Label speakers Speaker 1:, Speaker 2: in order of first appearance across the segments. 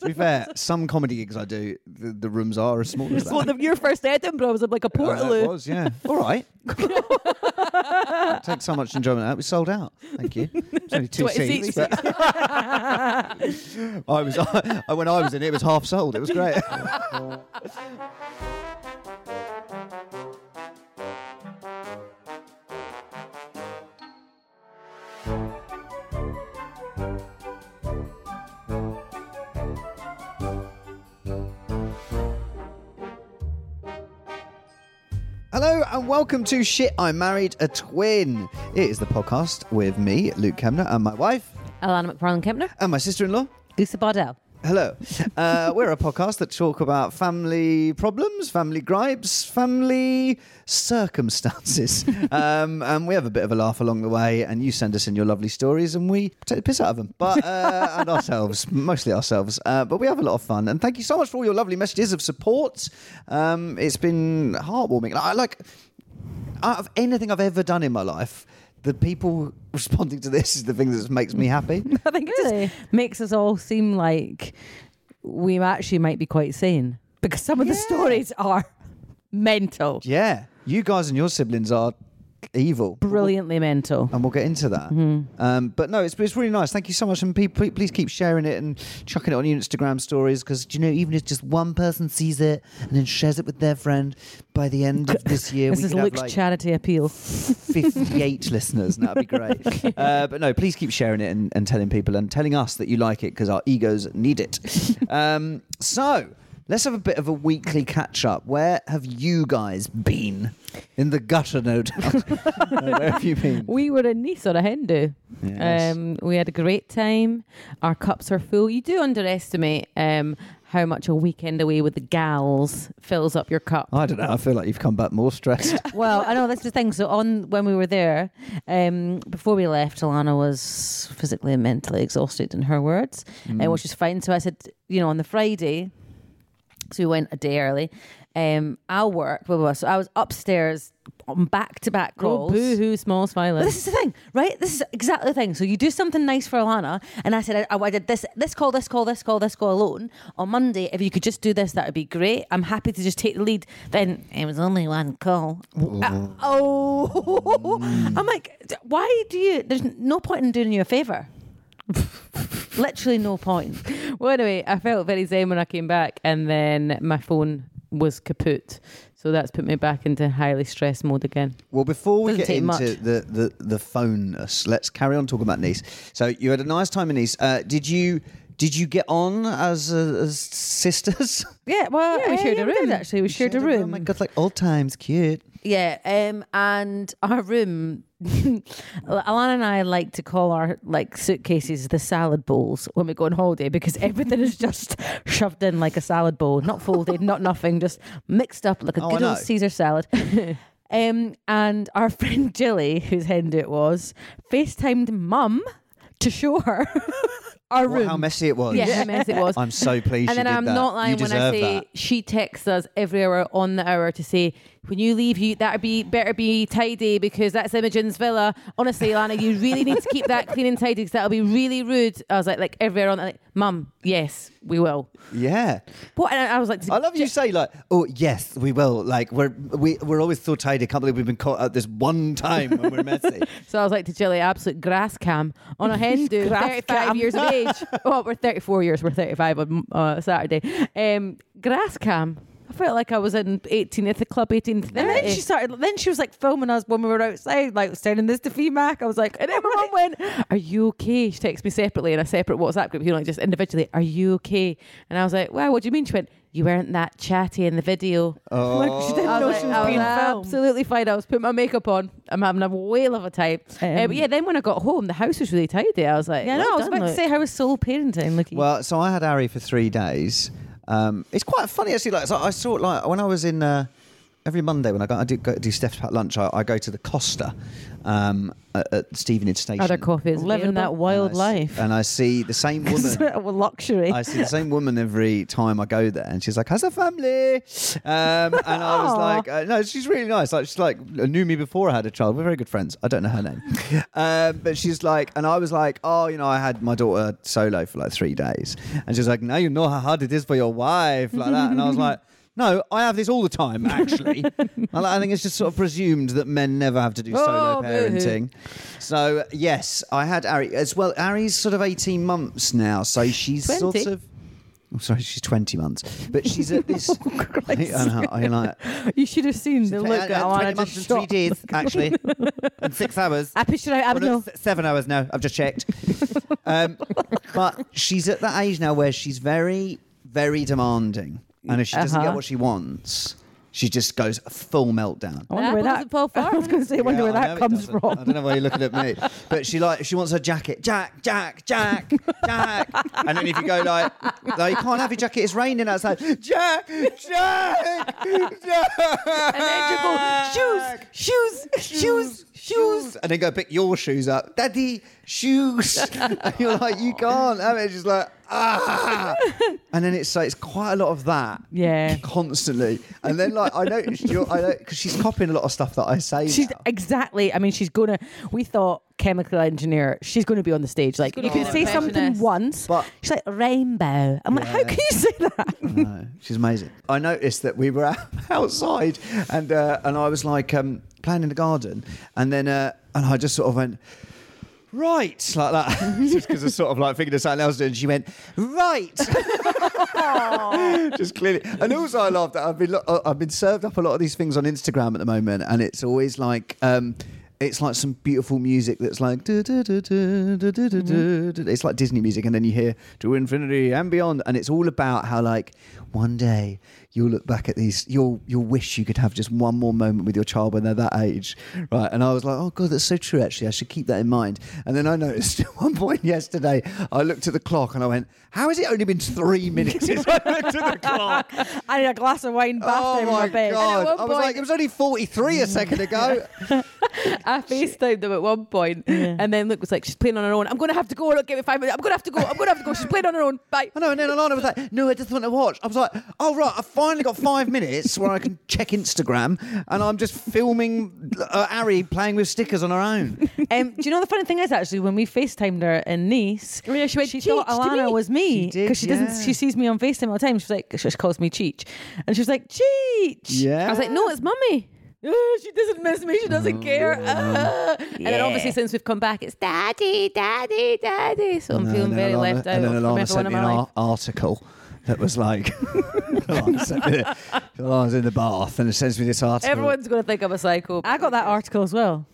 Speaker 1: To be fair, some comedy gigs I do, the, the rooms are as small as that.
Speaker 2: Well, the, your first Edinburgh was like a
Speaker 1: Oh, that
Speaker 2: portaloo.
Speaker 1: was, yeah. All right. Take so much enjoyment out. We sold out. Thank you. It's only two
Speaker 2: 20
Speaker 1: seats.
Speaker 2: seats.
Speaker 1: but- I was when I was in it, it was half sold. It was great. Hello and welcome to Shit I Married a Twin. It is the podcast with me, Luke Kemner, and my wife
Speaker 2: Alana McFarlane Kempner,
Speaker 1: and my sister-in-law.
Speaker 2: Lisa Bardell.
Speaker 1: Hello. Uh, we're a podcast that talk about family problems, family gripes, family circumstances. Um, and we have a bit of a laugh along the way, and you send us in your lovely stories, and we take the piss out of them. But, uh, and ourselves, mostly ourselves. Uh, but we have a lot of fun. And thank you so much for all your lovely messages of support. Um, it's been heartwarming. I like, out of anything I've ever done in my life, the people responding to this is the thing that makes me happy.
Speaker 3: I think it
Speaker 2: Really?
Speaker 3: just makes us all seem like we actually might be quite sane because some of the stories are mental,
Speaker 1: Yeah, you guys and your siblings are evil,
Speaker 3: brilliantly mental.
Speaker 1: and we'll get into that.
Speaker 3: Mm-hmm.
Speaker 1: Um, but no, it's, it's really nice. Thank you so much, and pe- pe- please keep sharing it and chucking it on your Instagram stories because you know even if just one person sees it and then shares it with their friend, by the end of this year
Speaker 3: This
Speaker 1: we
Speaker 3: is
Speaker 1: could have
Speaker 3: Luke's
Speaker 1: like
Speaker 3: charity appeal.
Speaker 1: 58 listeners, and that'd be great. Uh, but no, please keep sharing it and, and telling people and telling us that you like it because our egos need it. Um, so let's have a bit of a weekly catch up. Where have you guys been? In the gutter, no doubt. Uh, Where have you been?
Speaker 3: We were in Nice on a Hindu.
Speaker 1: Yes.
Speaker 3: Um, we had a great time. Our cups are full. You do underestimate um, how much a weekend away with the gals fills up your cup.
Speaker 1: I don't know. I feel like you've come back more stressed.
Speaker 3: Well, I know that's the thing. So on when we were there, um, before we left, Alana was physically and mentally exhausted, in her words,
Speaker 2: Mm.
Speaker 3: uh, which is fine. So I said, you know, on the Friday, so we went a day early. Um, I worked. Blah, blah, blah. So I was upstairs on back to back
Speaker 2: Oh,
Speaker 3: calls.
Speaker 2: boo-hoo, small
Speaker 3: But
Speaker 2: smiling.
Speaker 3: This is the thing, right? This is exactly the thing. So you do something nice for Alana, and I said I, I did this, this call, this call, this call, this call alone on Monday. If you could just do this, that would be great. I'm happy to just take the lead. Then it was only one call. Uh, oh, I'm like, d- why do you? There's no point in doing you a favor. Literally no point.
Speaker 2: Well, anyway, I felt very zen when I came back, and then my phone was kaput. So that's put me back into highly stressed mode again.
Speaker 1: Well, before we
Speaker 3: Doesn't
Speaker 1: get
Speaker 3: take
Speaker 1: into
Speaker 3: much.
Speaker 1: the the the phoneness, let's carry on talking about Nice. So you had a nice time in Nice. Uh, did you did you get on as, uh, as sisters?
Speaker 3: Yeah, well,
Speaker 2: Yeah, we
Speaker 3: eh,
Speaker 2: shared a
Speaker 3: did,
Speaker 2: room.
Speaker 3: Actually, we shared, a room.
Speaker 1: Oh my god, like old times, cute.
Speaker 3: Yeah, um, and our room, Alana and I like to call our like suitcases the salad bowls when we go on holiday because everything is just shoved in like a salad bowl, not folded, not nothing, just mixed up like a
Speaker 1: Oh, I
Speaker 3: good
Speaker 1: know.
Speaker 3: old Caesar salad. um, and our friend Jilly, whose Hindu it was, FaceTimed mum to show her our
Speaker 1: What,
Speaker 3: room.
Speaker 1: how messy it was.
Speaker 2: Yeah, how messy it was.
Speaker 1: I'm so pleased.
Speaker 2: and
Speaker 1: you
Speaker 2: then
Speaker 1: did
Speaker 2: I'm
Speaker 1: that.
Speaker 2: not lying
Speaker 1: you
Speaker 2: when I
Speaker 1: deserve
Speaker 2: say
Speaker 1: that.
Speaker 2: she texts us every hour on the hour to say, when you leave, you that would be better be tidy because that's Imogen's villa. Honestly, Lana, you really need to keep that clean and tidy because that'll be really rude. I was like, like every hour on, like
Speaker 3: Mum, yes, we will.
Speaker 1: Yeah.
Speaker 3: What? And I I was like,
Speaker 1: I love you say like, oh yes, we will. Like we're we, we're always so tidy. I can't believe we've been caught out this one time when we're messy.
Speaker 3: So I was like to Jilly, absolute grass cam on a hen do,
Speaker 4: Grass
Speaker 3: 35
Speaker 4: cam.
Speaker 3: years of age. Well, we're 34 years, we're 35 on uh, Saturday. Um, grass cam. I felt like I was in 18 at the club, 18th.
Speaker 4: And then she started. Then she was like filming us when we were outside, like sending this to Femac. I was like,
Speaker 3: and everyone went, Are you okay? She texted me separately in a separate WhatsApp group, you know, like just individually, Are you okay? And I was like, Well, what do you mean? She went, You weren't that chatty in the video.
Speaker 4: like, she didn't
Speaker 3: Oh, I
Speaker 4: know
Speaker 3: was, like,
Speaker 4: she was
Speaker 3: I was
Speaker 4: being filmed.
Speaker 3: absolutely fine. I was putting my makeup on. I'm having a whale of a time. Uh,
Speaker 4: Um,
Speaker 3: but yeah, then when I got home, the house was really tidy. I was like,
Speaker 4: Yeah, no,
Speaker 3: well
Speaker 4: I was
Speaker 3: done,
Speaker 4: about to
Speaker 3: like-
Speaker 4: say how was solo parenting. Like,
Speaker 1: Well, so I had Ari for three days. Um, it's quite funny actually. Like so I saw like when I was in uh, every Monday when I go I do, go, do Steph's Pat lunch. I, I go to the Costa um, at, at Stevenage Station.
Speaker 3: Other coffee is
Speaker 4: living that
Speaker 3: available.
Speaker 4: wild
Speaker 1: And I s-
Speaker 4: life.
Speaker 1: and I see the same
Speaker 4: It's
Speaker 1: woman.
Speaker 4: a luxury.
Speaker 1: I see the same woman every time I go there, and she's like, "How's the family?" Um, and I was
Speaker 4: Aw.
Speaker 1: like, uh, "No, she's really nice. Like, she's like uh, knew me before I had a child. We're very good friends. I don't know her name, um, but she's like, and I was like, oh, you know, I had my daughter solo for like three days, and she's like, now you know how hard it is for your wife, like that, and I was like. No, I have this all the time. Actually, I like- I think it's just sort of presumed that men never have to do solo
Speaker 3: Oh, boo-hoo.
Speaker 1: parenting. So yes, I had Ari as well. Ari's sort of eighteen months now, so she's
Speaker 3: 20?
Speaker 1: sort of. I'm sorry, she's twenty months, but she's at this. I know, I know.
Speaker 3: You should have seen the Oh, look that
Speaker 1: twenty
Speaker 3: Alana
Speaker 1: months
Speaker 3: just
Speaker 1: and
Speaker 3: shot.
Speaker 1: three days, actually, and six hours.
Speaker 3: I pushed her out. I
Speaker 1: Well,
Speaker 3: don't know.
Speaker 1: no, s- Seven hours now. I've just checked. um, but she's at that age now where she's very, very demanding, and if she doesn't
Speaker 3: Uh-huh.
Speaker 1: get what she wants, she just goes full meltdown.
Speaker 4: I wonder where
Speaker 3: Apple
Speaker 4: that.
Speaker 3: doesn't fall far.
Speaker 4: I was going to say, I wonder
Speaker 1: Yeah,
Speaker 4: where
Speaker 1: I
Speaker 4: that
Speaker 1: know it
Speaker 4: comes
Speaker 1: doesn't.
Speaker 4: from.
Speaker 1: I don't know why you're looking at me. But she like she wants her jacket. Jack, Jack, Jack, Jack. and then if you go like, no, you can't have your jacket. It's raining outside. Jack, Jack, Jack.
Speaker 3: And then you go, shoes, shoes, shoes, shoes.
Speaker 1: And then go pick your shoes up, Daddy. Shoes. and you're like, you can't have it. She's like, ah. And then it's like it's quite a lot of that.
Speaker 3: Yeah.
Speaker 1: Constantly. And then like I noticed you're, I because she's copying a lot of stuff that I say.
Speaker 4: She's
Speaker 1: now.
Speaker 4: exactly. I mean, she's gonna. We thought chemical engineer. She's gonna be on the stage. Like
Speaker 3: gonna
Speaker 4: you
Speaker 3: be
Speaker 4: can
Speaker 3: an
Speaker 4: say something
Speaker 3: impressionist.
Speaker 4: once,
Speaker 1: But-
Speaker 4: she's like rainbow. I'm like, how
Speaker 1: Yeah.
Speaker 4: can you say that?
Speaker 1: No, she's amazing. I noticed that we were outside, and uh, and I was like um, playing in the garden, and then uh, and I just sort of went. Right, like that, just because I sort of like figured something else. And she went right, just clearly. And also, I laughed. At, I've been lo- uh, I've been served up a lot of these things on Instagram at the moment, and it's always like. Um, it's like some beautiful music that's like du- du- du- du- du- du- du- du- du- it's like Disney music, and then you hear to infinity and beyond, and it's all about how like one day you'll look back at these, you'll you'll wish you could have just one more moment with your child when they're that age, right? And I was like, oh god, that's so true. Actually, I should keep that in mind. And then I noticed at one point yesterday, I looked at the clock and I went, how has it only been three minutes since I looked at the clock? Oh,
Speaker 4: I need a glass of wine bath time in Oh my bed.
Speaker 1: god!
Speaker 3: And
Speaker 1: I
Speaker 3: at one
Speaker 1: was
Speaker 3: point-
Speaker 1: like, it was only forty-three a second ago.
Speaker 3: I FaceTimed them at one point, and then Luke was like, "She's playing on her own. I'm going to have to go. Look, give me five minutes. I'm going to have to go. I'm going to have to go. She's playing on her own. Bye."
Speaker 1: I know, and then Alana was like, "No, I just want to watch." I was like, "Oh right, I finally got five minutes where I can check Instagram, and I'm just filming uh, Ari playing with stickers on her own."
Speaker 4: Um, do you know the funny thing is actually when we FaceTimed her in Nice,
Speaker 3: Oh, yeah, she went,
Speaker 4: thought
Speaker 3: "Cheech to
Speaker 4: Alana
Speaker 3: me."
Speaker 4: was me
Speaker 1: She did,
Speaker 4: because she,
Speaker 1: yeah.
Speaker 4: doesn't. She sees me on FaceTime all the time. She's like, she calls me Cheech, and she was like, Cheech.
Speaker 3: I was like, "No, it's mummy." "Oh, she doesn't miss me. She
Speaker 1: Oh,
Speaker 3: doesn't care. Ah." And then
Speaker 4: Yeah.
Speaker 3: obviously since we've come back, it's daddy, daddy, daddy. So I'm
Speaker 1: And
Speaker 3: feeling
Speaker 1: then
Speaker 3: very
Speaker 1: Alana-
Speaker 3: left out
Speaker 1: And then
Speaker 3: from
Speaker 1: Alana
Speaker 3: everyone
Speaker 1: sent me
Speaker 3: in my
Speaker 1: an
Speaker 3: life.
Speaker 1: ar- article that was like, Alana sent me- Alana's in the bath, and it sends me this article.
Speaker 3: Everyone's going to think I'm a psycho.
Speaker 4: I got that article as well.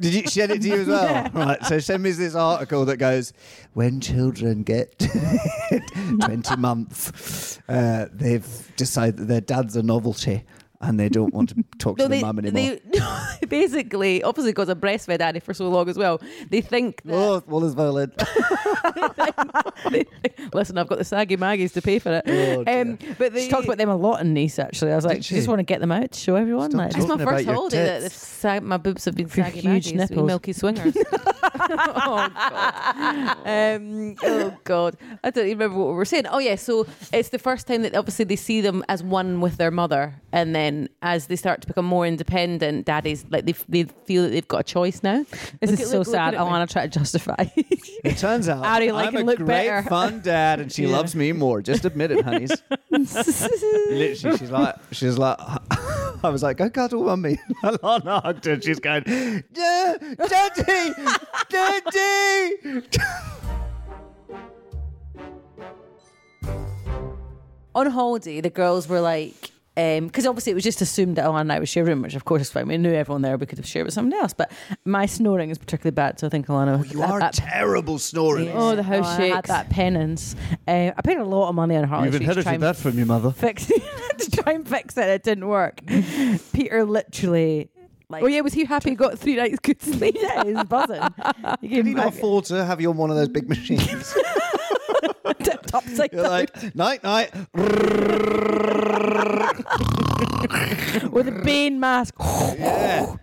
Speaker 1: Did you send it to you as well? Right. So send me this article that goes, when children get twenty months, uh, they've decided that their dad's a novelty and they don't want to talk to the mum anymore.
Speaker 3: They, basically, obviously, because I breastfed Annie for so long as well, they think that
Speaker 1: Oh, well as violent.
Speaker 3: Listen, I've got the saggy maggies to pay for it. Um,
Speaker 1: Oh, dear.
Speaker 3: but they,
Speaker 4: She talked about them a lot in Nice. Actually, I was like,
Speaker 1: she?
Speaker 4: she? just want to get them out to show everyone.
Speaker 1: Stop
Speaker 4: Like,
Speaker 1: talking
Speaker 3: It's my
Speaker 1: about
Speaker 3: first
Speaker 1: your
Speaker 3: holiday that
Speaker 1: tits.
Speaker 3: they've sag- my boobs have been
Speaker 4: For
Speaker 3: saggy maggies,
Speaker 4: huge
Speaker 3: we
Speaker 4: nipples.
Speaker 3: milky swingers. oh god. Um, oh god. I don't even remember what we were saying. Oh yeah, so it's the first time that obviously they see them as one with their mother, and then as they start to become more independent, daddies like they, they feel that they've got a choice now.
Speaker 4: This
Speaker 3: Look
Speaker 4: is
Speaker 3: at-
Speaker 4: so
Speaker 3: look- look
Speaker 4: sad.
Speaker 3: at me.
Speaker 4: Alana tried to justify.
Speaker 1: It turns out
Speaker 3: How do you like
Speaker 1: I'm
Speaker 3: it
Speaker 1: a
Speaker 3: look
Speaker 1: great
Speaker 3: better?
Speaker 1: fun dad, and she loves me more. Just admit it, honeys. Literally, she's like, she's like, I was like, go cuddle mummy. Alana hugged her. and She's going, yeah, daddy, daddy.
Speaker 4: on holiday, the girls were like, because obviously it was just assumed that Alana and I would share a room, which of course is fine. We knew everyone there, we could have shared with someone else. But my snoring is particularly bad, so I think Alana.
Speaker 1: Oh, You are
Speaker 4: that,
Speaker 1: terrible snoring.
Speaker 3: Oh, the house
Speaker 4: I had
Speaker 3: shakes.
Speaker 4: that penance. Uh, I paid a lot of money on Harley. Street to try and
Speaker 1: from your mother.
Speaker 4: Fix to try and fix it. It didn't work. Peter literally, like,
Speaker 3: Oh yeah, was he happy? He got three nights good sleep.
Speaker 4: yeah, he was buzzing. He gave
Speaker 1: Can you
Speaker 4: me
Speaker 1: not afford to have you on one of those big machines?
Speaker 4: top side
Speaker 1: You're like, night, night.
Speaker 4: with a Bane mask.
Speaker 1: yeah,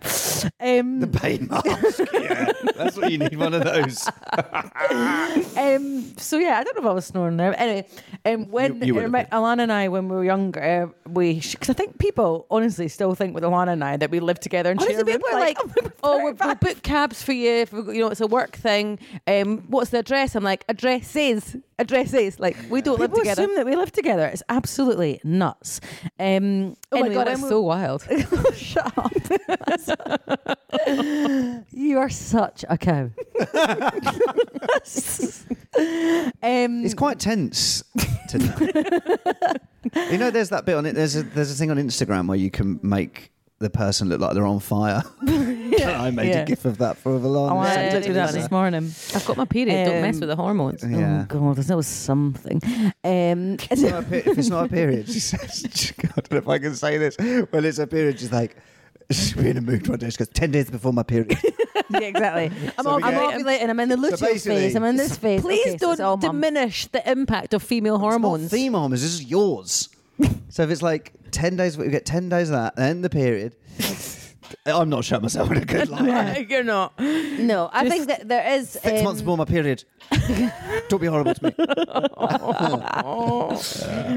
Speaker 4: Um,
Speaker 1: the pain mask. Yeah, that's what you need. One of those.
Speaker 4: um, so yeah, I don't know if I was snoring there. But anyway, um, when
Speaker 1: You- you would have
Speaker 4: Alana and I, when we were younger, we because I think people honestly still think with Alana and I that we live together and
Speaker 3: Honestly,
Speaker 4: share a room.
Speaker 3: people are
Speaker 4: We're
Speaker 3: like,
Speaker 4: oh, we'll, we'll book cabs for you. If we, go- you know, it's a work thing. Um, what's the address? I'm like, addresses, addresses. Like we don't live
Speaker 3: People
Speaker 4: together.
Speaker 3: assume
Speaker 4: that we live together. It's absolutely nuts. Um,
Speaker 3: Oh my god, it's so wild.
Speaker 4: Shut up. you are such a cow. um,
Speaker 1: It's quite tense tonight. you know, there's that bit on it. There's a there's a thing on Instagram where you can make the person look like they're on fire. I made
Speaker 4: yeah.
Speaker 1: a gif of that for a
Speaker 4: Oh,
Speaker 1: long
Speaker 4: I
Speaker 3: Yeah,
Speaker 4: did
Speaker 3: don't
Speaker 4: do that
Speaker 3: do
Speaker 4: this
Speaker 3: that.
Speaker 4: morning.
Speaker 3: I've got my period. don't mess
Speaker 4: Um,
Speaker 3: with the hormones.
Speaker 1: Yeah.
Speaker 4: Oh god, there's always something. Um,
Speaker 1: It's not a pe- if it's not a period, she says, she- I don't know if I can say this. Well, it's a period. She's like, she's been in a mood one day. She goes, 10 days before my period.
Speaker 4: yeah, exactly. I'm,
Speaker 1: So
Speaker 4: ov-
Speaker 1: we
Speaker 4: I'm
Speaker 1: get-
Speaker 4: ovulating. I'm in the luteal
Speaker 1: basically-
Speaker 4: phase. I'm in this phase.
Speaker 3: Please
Speaker 4: Okay, so it's all
Speaker 3: don't
Speaker 4: mum.
Speaker 3: diminish the impact of female hormones.
Speaker 1: It's not theme hormones, this is yours. so if it's like 10 days, we get 10 days of that, then the period. I'm not showing myself in a good light.
Speaker 3: You're not.
Speaker 4: No, I think that there is.
Speaker 1: Six
Speaker 4: um,
Speaker 1: months before my period. Don't be horrible to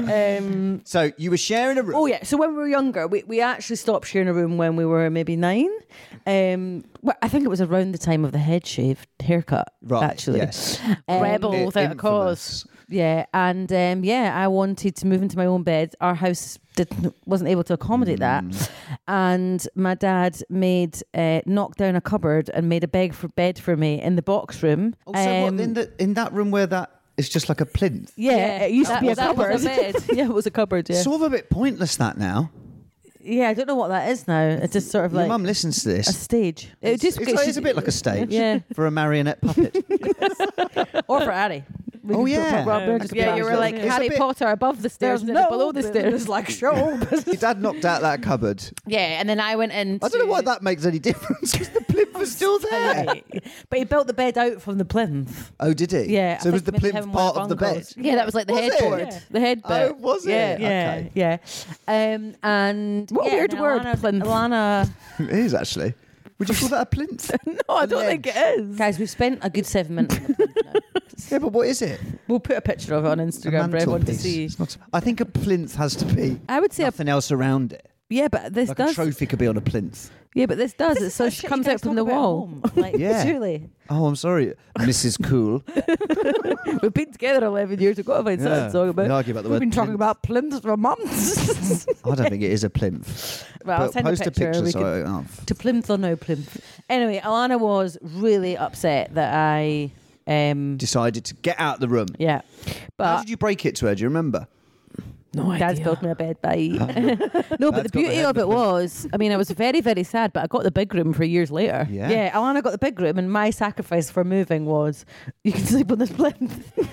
Speaker 1: me.
Speaker 4: um,
Speaker 1: So you were sharing a room.
Speaker 4: Oh yeah. So when we were younger, we, we actually stopped sharing a room when we were maybe nine. Um, well, I think it was around the time of the head shave haircut.
Speaker 1: Right,
Speaker 4: Actually,
Speaker 1: yes.
Speaker 4: Um,
Speaker 3: Rebel
Speaker 1: I-
Speaker 3: without a
Speaker 1: infamous.
Speaker 3: cause.
Speaker 4: Yeah, and um, yeah, I wanted to move into my own bed. Our house did, wasn't able to
Speaker 1: Mm.
Speaker 4: accommodate that, and my dad made uh, knocked down a cupboard and made a bed for bed for me in the box room.
Speaker 1: Oh, so
Speaker 4: Um,
Speaker 1: what, in, the, in that room where that is just like a plinth?
Speaker 4: yeah,
Speaker 3: Yeah,
Speaker 4: it used
Speaker 3: that
Speaker 4: to be a
Speaker 3: was- that
Speaker 4: cupboard.
Speaker 3: was a bed.
Speaker 4: yeah, it was a cupboard. Yeah,
Speaker 1: Sort of a bit pointless that now.
Speaker 4: yeah. I don't know what that is now. It's just sort of
Speaker 1: Your
Speaker 4: like
Speaker 1: mum listens to
Speaker 4: a
Speaker 1: this.
Speaker 4: stage.
Speaker 1: It's, it's like- it's a bit like a stage
Speaker 4: Yeah.
Speaker 1: for a marionette puppet.
Speaker 4: or for Harry. We
Speaker 1: Oh,
Speaker 4: can put
Speaker 1: yeah.
Speaker 4: Rob there just
Speaker 3: Yeah,
Speaker 4: be
Speaker 3: you were
Speaker 4: honest.
Speaker 3: like
Speaker 1: It's a
Speaker 3: Harry
Speaker 1: bit-
Speaker 3: Potter above the stairs and then below the stairs.
Speaker 4: like show.
Speaker 1: Your dad knocked out that cupboard.
Speaker 3: Yeah, and then I went in.
Speaker 1: I don't know why that makes any difference because the plinth was still there.
Speaker 4: but he built the bed out from the plinth.
Speaker 1: Oh, did he?
Speaker 4: Yeah,
Speaker 1: So
Speaker 4: I
Speaker 1: was the
Speaker 4: think maybe
Speaker 1: plinth
Speaker 4: heaven went
Speaker 1: part of the
Speaker 4: wrong
Speaker 1: bed?
Speaker 4: colours.
Speaker 3: Yeah, that was like the
Speaker 1: Was it?
Speaker 3: headboard.
Speaker 1: Yeah.
Speaker 3: The headboard.
Speaker 1: Oh, was it?
Speaker 3: Yeah.
Speaker 4: Yeah,
Speaker 1: Okay.
Speaker 4: yeah. Um, and
Speaker 3: What a
Speaker 4: yeah,
Speaker 3: weird
Speaker 4: and
Speaker 3: word,
Speaker 4: Alana,
Speaker 3: plinth.
Speaker 4: Alana,
Speaker 1: It is actually. Would you call that a plinth?
Speaker 3: No, I don't think it is.
Speaker 4: guys, we've spent a good seven minutes. on the plinth now.
Speaker 1: yeah, but what is it?
Speaker 4: we'll put a picture of it on
Speaker 1: A
Speaker 4: Instagram for everyone to
Speaker 1: mantelpiece.
Speaker 4: see.
Speaker 1: It's not- I think a plinth has to be
Speaker 4: I would say, a,
Speaker 1: nothing else around it.
Speaker 4: yeah, but this
Speaker 1: Like a
Speaker 4: does.
Speaker 1: trophy could be on a plinth.
Speaker 4: Yeah, but this does. it so
Speaker 3: is
Speaker 4: she
Speaker 3: shit
Speaker 4: comes
Speaker 3: you
Speaker 4: out
Speaker 3: guys
Speaker 4: from
Speaker 3: talk about
Speaker 4: the
Speaker 3: at
Speaker 4: wall.
Speaker 3: home.
Speaker 4: Like,
Speaker 1: Yeah.
Speaker 4: surely
Speaker 1: Oh, I'm sorry, Mrs. Cool.
Speaker 4: we've been together eleven years. We've got to find something
Speaker 1: Yeah.
Speaker 4: to talk
Speaker 1: We
Speaker 4: about.
Speaker 1: argue about the
Speaker 4: We've
Speaker 1: word
Speaker 4: been talking
Speaker 1: plinth.
Speaker 4: about plinths for months.
Speaker 1: I don't think it is a plinth.
Speaker 4: Well, I'll
Speaker 1: But
Speaker 4: send
Speaker 1: post
Speaker 4: a picture.
Speaker 1: a picture
Speaker 4: we
Speaker 1: so
Speaker 4: could-
Speaker 1: I- oh, f-
Speaker 4: to plinth or no plinth. Anyway, Alana was really upset that I. Um,
Speaker 1: decided to get out the room.
Speaker 4: yeah,
Speaker 1: How
Speaker 4: but
Speaker 1: did you break it to her? Do you remember?
Speaker 3: no
Speaker 4: Dad's built me a bed. Bye.
Speaker 3: No,
Speaker 1: Dad's
Speaker 3: but the
Speaker 1: got the
Speaker 3: beauty
Speaker 1: head
Speaker 3: of it was, I mean, I was very, very sad, but I got the big room for years later.
Speaker 1: Yeah.
Speaker 4: yeah. Alana got the big room, and my sacrifice for moving was you can sleep on this plinth.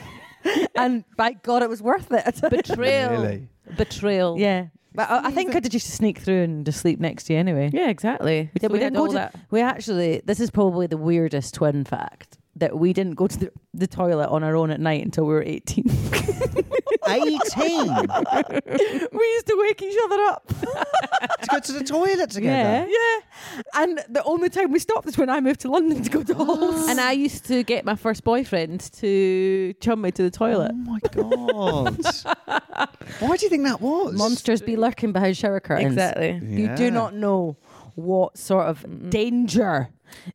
Speaker 4: and by God, it was worth it.
Speaker 3: Betrayal.
Speaker 1: Really?
Speaker 3: Betrayal.
Speaker 4: yeah, but I, I think I did just sneak through and just sleep next to you anyway.
Speaker 3: Yeah, exactly.
Speaker 4: Yeah,
Speaker 3: So
Speaker 4: we,
Speaker 3: had
Speaker 4: didn't go
Speaker 3: all
Speaker 4: to,
Speaker 3: that.
Speaker 4: We actually, this is probably the weirdest twin fact that we didn't go to the, the toilet on our own at night until we were 18.
Speaker 1: 18.
Speaker 4: we used to wake each other up.
Speaker 1: It's go to the toilet together.
Speaker 4: Yeah. And the only time we stopped is when I moved to London to go to halls.
Speaker 3: And I used to get my first boyfriend to chum me to the toilet.
Speaker 1: Oh my god! Why do you think that was?
Speaker 4: Monsters be lurking behind shower curtains.
Speaker 3: Exactly.
Speaker 4: You
Speaker 1: Yeah.
Speaker 4: do not know what sort of danger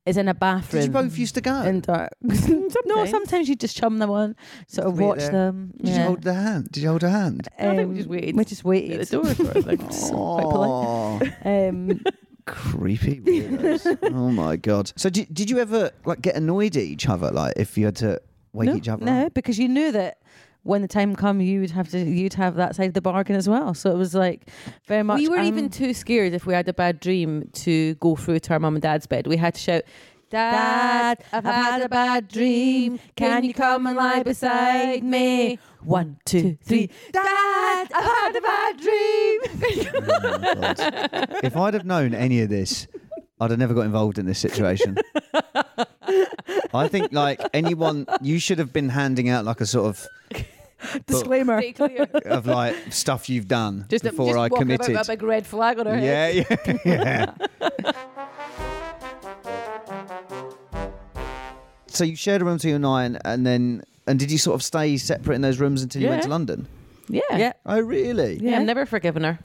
Speaker 4: is in a bathroom.
Speaker 1: Did you both used to go?
Speaker 4: in dark. Some- No,
Speaker 3: Sometimes.
Speaker 4: sometimes you just chum them on, sort of
Speaker 1: wait
Speaker 4: watch
Speaker 1: there.
Speaker 4: them.
Speaker 1: Did you
Speaker 4: Yeah.
Speaker 1: hold the hand? Did you hold a hand?
Speaker 3: I think we just
Speaker 4: Um,
Speaker 3: waited
Speaker 4: We just
Speaker 3: At
Speaker 4: waited.
Speaker 3: the door for it, like,
Speaker 4: quite polite.
Speaker 1: Oh,
Speaker 4: Um,
Speaker 1: creepy weirdos. oh my god! So did, did you ever like get annoyed at each other? Like if you had to wake
Speaker 4: no,
Speaker 1: each other?
Speaker 4: no,
Speaker 1: up?
Speaker 4: because you knew that when the time come, you would have to, you'd have that side of the bargain as well. So it was like very much.
Speaker 3: We were
Speaker 4: um,
Speaker 3: even too scared if we had a bad dream to go through to our mum and dad's bed. We had to shout, Dad, I've had a bad dream. Can you come and lie beside me?
Speaker 4: One, two, three.
Speaker 3: Dad, I've had a bad dream.
Speaker 1: Oh, my God. if I'd have known any of this, I'd have never got involved in this situation. I think like anyone, you should have been handing out like a sort of
Speaker 4: Disclaimer.
Speaker 3: Pretty clear.
Speaker 1: of like stuff you've done
Speaker 3: Just, uh,
Speaker 1: before
Speaker 3: just
Speaker 1: I
Speaker 3: walking about
Speaker 1: committed.
Speaker 3: with a big red flag on her head.
Speaker 1: yeah, yeah, yeah. so you shared a room till you were nine, and then and did you sort of stay separate in those rooms until you went
Speaker 3: Yeah.
Speaker 1: to London?
Speaker 3: Yeah.
Speaker 4: Yeah.
Speaker 1: Oh, really?
Speaker 3: Yeah, I've never forgiven her.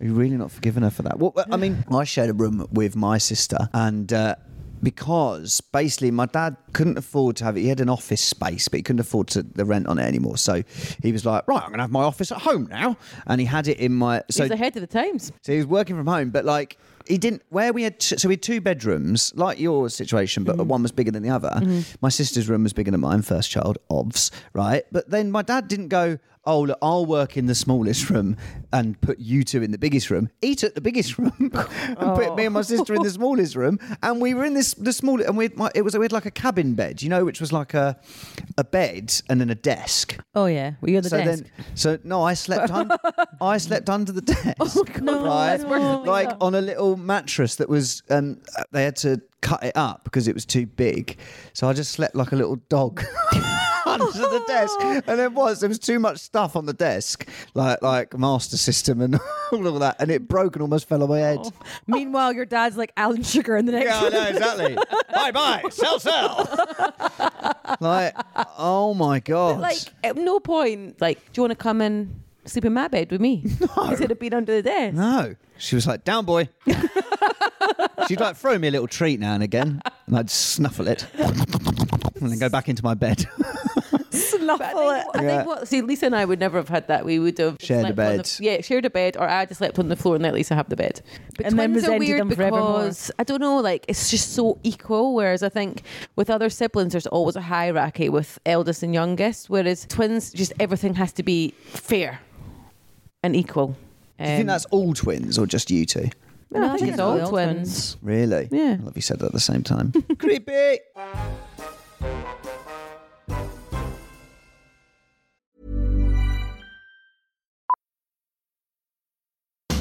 Speaker 1: Are you really not forgiving her for that? Well, I mean, I shared a room with my sister, and uh, because basically my dad couldn't afford to have it. He had an office space, but he couldn't afford to the rent on it anymore. So he was like, "Right, I'm going to have my office at home now," and he had it in my. So
Speaker 3: He's ahead of the times.
Speaker 1: so he was working from home, but like he didn't. Where we had t- so we had two bedrooms, like your situation, but one was bigger than the other. My sister's room was bigger than mine, first child, obvs, right? But then my dad didn't go. Oh, look, I'll work in the smallest room and put you two in the biggest room. He took the biggest room and put me and my sister in the smallest room, and we were in this the small and we had my, it was we had like a cabin bed, you know, which was like a a bed and then a desk.
Speaker 4: Oh, yeah. Were you on the
Speaker 1: So
Speaker 4: desk?
Speaker 1: then, so no, I slept un- I slept under the desk.
Speaker 4: Oh, No, that's worse than
Speaker 1: like on a little mattress that was. Um, they had to cut it up because it was too big. So I just slept like a little dog under the desk, and it was there was too much stuff on the desk, like like master system and all of that, and it broke and almost fell on my head.
Speaker 4: Oh, Meanwhile, your dad's like Alan Sugar in the next
Speaker 1: Yeah, I know exactly. bye bye, sell sell. like, oh my god.
Speaker 3: Like, at no point, like, do you want to come and sleep in my bed with me? No. Instead of being under the desk.
Speaker 1: No. She was like, down, boy. She'd like throw me a little treat now and again, and I'd snuffle it and then go back into my bed.
Speaker 3: But I
Speaker 4: uh,
Speaker 3: think, I
Speaker 1: Yeah.
Speaker 3: think what see Lisa and I would never have had that. We would have
Speaker 1: Shared a
Speaker 3: slept on the-
Speaker 1: bed.
Speaker 3: yeah, shared a bed, or I just slept on the floor and let Lisa have the bed. But
Speaker 4: And then
Speaker 3: twins are
Speaker 4: resented
Speaker 3: weird
Speaker 4: them forevermore.
Speaker 3: because I don't know, like it's just so equal. Whereas I think with other siblings, there's always a hierarchy with eldest and youngest. Whereas twins, just everything has to be fair and equal. Um,
Speaker 1: Do you think that's all twins or just you two?
Speaker 3: No, I think it's all twins.
Speaker 1: Really?
Speaker 3: Yeah.
Speaker 1: I love you said that at the same time. Creepy.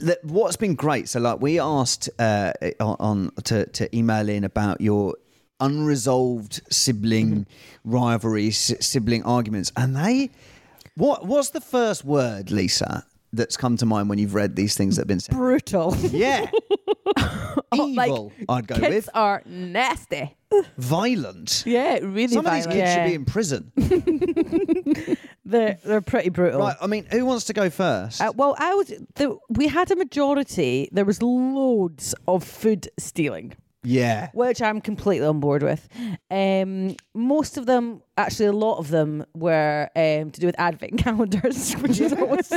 Speaker 1: Look, What's been great? So, like, we asked uh, on, on to, to email in about your unresolved sibling
Speaker 3: Mm-hmm.
Speaker 1: rivalries, si- sibling arguments, and they. What What's the first word, Lisa, that's come to mind when you've read these things that have been said?
Speaker 3: Brutal. Oh,
Speaker 1: yeah. Evil,
Speaker 3: like,
Speaker 1: I'd go
Speaker 3: Kids
Speaker 1: with.
Speaker 3: are nasty.
Speaker 1: Violent.
Speaker 3: Yeah, really
Speaker 1: Some of
Speaker 3: violent.
Speaker 1: these kids should be in prison.
Speaker 3: They're, they're pretty brutal.
Speaker 1: right, I mean, who wants to go first?
Speaker 3: Uh, well, I was. The, we had a majority. There was loads of food stealing,
Speaker 1: yeah.
Speaker 3: which I'm completely on board with. Um, most of them, actually, a lot of them were um, to do with advent calendars, which is always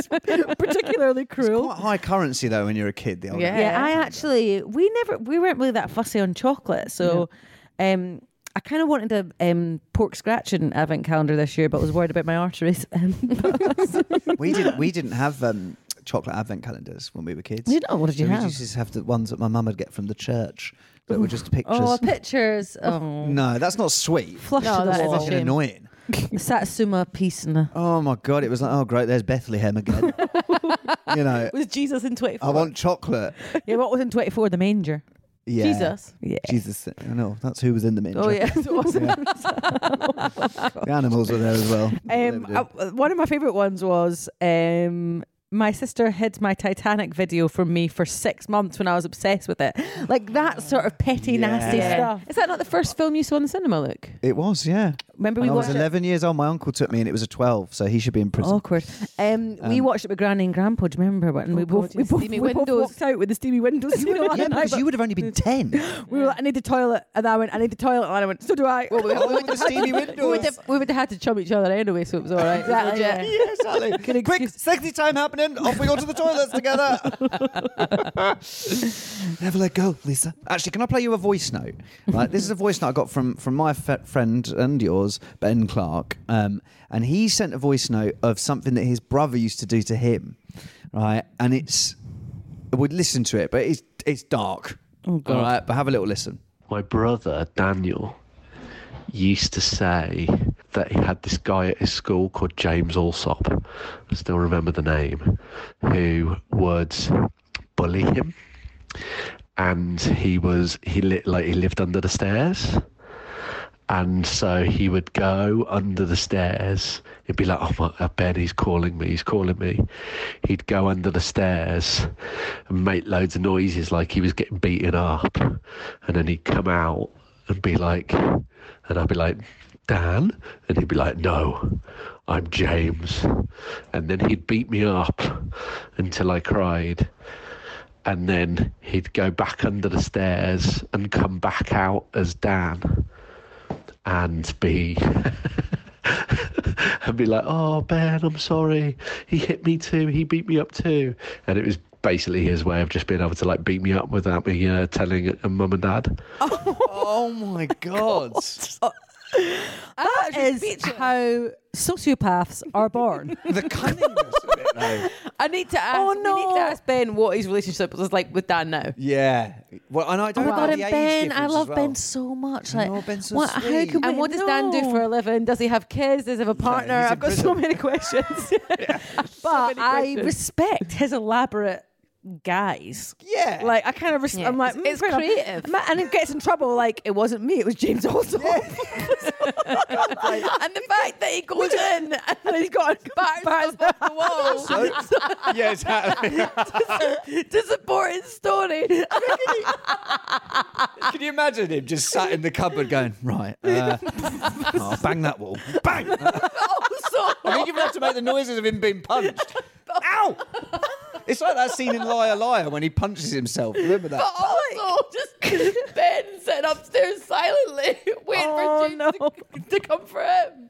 Speaker 3: particularly cruel.
Speaker 1: Quite high currency, though, when you're a kid, the old
Speaker 3: yeah. I
Speaker 4: actually, we never, we weren't really that fussy on chocolate. So, um, I kind of wanted a um, pork scratching advent calendar this year, but was worried about my arteries. Um,
Speaker 1: We didn't. We didn't have um, chocolate advent calendars when we were kids.
Speaker 4: You
Speaker 3: oh,
Speaker 4: know, what did you
Speaker 1: So
Speaker 4: have?
Speaker 1: We just have the ones that my mum would get from the church that were just pictures.
Speaker 4: oh, pictures. Oh,
Speaker 1: no, that's not sweet.
Speaker 4: flush
Speaker 3: No,
Speaker 4: to
Speaker 3: that
Speaker 4: the
Speaker 3: is
Speaker 4: wall.
Speaker 3: a
Speaker 1: Fucking annoying.
Speaker 4: Satsuma piece and a
Speaker 1: Oh my god! It was like, oh great, there's Bethlehem again. you know,
Speaker 3: was Jesus in twenty
Speaker 1: I
Speaker 3: four.
Speaker 1: want chocolate.
Speaker 4: yeah. What was in twenty four? The manger.
Speaker 1: Oh, Yeah.
Speaker 3: Jesus.
Speaker 4: Yeah.
Speaker 1: Jesus. I know that's who was in the manger.
Speaker 3: Oh yeah. So it was-
Speaker 1: The animals were there as well.
Speaker 3: Um, I, one of my favorite ones was um, my sister hid my Titanic video from me for six months when I was obsessed with it. Like that sort of petty, nasty
Speaker 1: Yeah.
Speaker 3: stuff.
Speaker 4: Is that not the first film you saw in the cinema, Luke?
Speaker 1: it was, yeah.
Speaker 3: Remember
Speaker 1: When
Speaker 3: we
Speaker 1: I was
Speaker 3: watched it.
Speaker 1: 11 years old, my uncle took me, and it was a 12, so he should be in prison.
Speaker 3: Awkward. Um, we watched it with Granny and Grandpa. Do you remember? And we
Speaker 4: Oh,
Speaker 3: both,
Speaker 4: God,
Speaker 3: we
Speaker 4: yes.
Speaker 3: both,
Speaker 4: Steamy
Speaker 3: we both
Speaker 4: windows.
Speaker 3: walked out with the steamy windows. You know,
Speaker 1: yeah,
Speaker 3: and I
Speaker 1: because you
Speaker 3: went-
Speaker 1: would have only been 10.
Speaker 3: we were like, I need the toilet, and I went, I need the toilet, and I went, so do I.
Speaker 1: Oh, with the steamy
Speaker 3: We would,
Speaker 1: windows.
Speaker 3: have, we would have had to chum each other anyway, so it was all right.
Speaker 4: Exactly,
Speaker 3: Legit.
Speaker 4: yeah.
Speaker 1: Yeah, exactly.
Speaker 3: Good
Speaker 1: Quick,
Speaker 3: excuse.
Speaker 1: sexy time happening. Off we go to the toilets together. Never let go, Lisa. Actually, can I play you a voice note? Right, this is a voice note I got from from my fe- friend and yours, Ben Clark, um, and he sent a voice note of something that his brother used to do to him, right? And it's we listen to it, but it's it's dark. Oh God! All right, but have a little listen.
Speaker 5: my brother Daniel used to say that he had this guy at his school called James Alsop, I still remember the name, who would bully him, and he was he lit like he lived under the stairs. And so he would go under the stairs. He'd be like, "Oh my, Ben, he's calling me. He's calling me." He'd go under the stairs and make loads of noises like he was getting beaten up, and then he'd come out and be like, and I'd be like, "Dan," and he'd be like, "No, I'm James," and then he'd beat me up until I cried and then he'd go back under the stairs and come back out as Dan and be and be like, "Oh Ben, I'm sorry. He hit me too. He beat me up too." And it was basically his way of just being able to like beat me up without me uh, telling uh, mum and dad.
Speaker 1: Oh my God!
Speaker 3: That is how sociopaths are born.
Speaker 1: the cunningness of it, though.
Speaker 3: I need to ask.
Speaker 4: Oh,
Speaker 3: We need
Speaker 4: no.
Speaker 3: to ask Ben what his relationship was like with Dan now.
Speaker 1: Yeah. Well, and I don't
Speaker 4: Oh my
Speaker 1: know
Speaker 4: god,
Speaker 1: the age
Speaker 4: and Ben, I
Speaker 1: difference
Speaker 4: love
Speaker 1: as well.
Speaker 4: Ben so much.
Speaker 1: I
Speaker 4: Like,
Speaker 1: know, Oh, Ben's so
Speaker 4: what, how
Speaker 1: sweet.
Speaker 4: can
Speaker 3: And
Speaker 4: we
Speaker 3: what does Dan do
Speaker 4: know?
Speaker 3: for a living? Does he have kids? Does he have a partner?
Speaker 1: he's in
Speaker 3: I've got so
Speaker 1: prison.
Speaker 3: many questions.
Speaker 4: But I
Speaker 3: questions.
Speaker 4: respect his elaborate guys.
Speaker 1: Yeah.
Speaker 3: like I kind of, res-
Speaker 4: Yeah,
Speaker 3: I'm like,
Speaker 4: it's-
Speaker 3: mm,
Speaker 4: it's
Speaker 3: fair enough.
Speaker 4: creative.
Speaker 3: Ma- and it gets in trouble. Like it wasn't me; it was James also. and the fact that he goes in and then he's got bars, off the wall
Speaker 1: yeah, exactly.
Speaker 3: to support his story.
Speaker 1: Can you imagine him just sat in the cupboard going, right, uh, oh, bang that wall. Bang! I think you're going to have to make the noises of him being punched. Ow! It's like that scene in Liar Liar when he punches himself. Remember that?
Speaker 3: also Oh, just Ben sitting upstairs silently, waiting for James to, to come for him.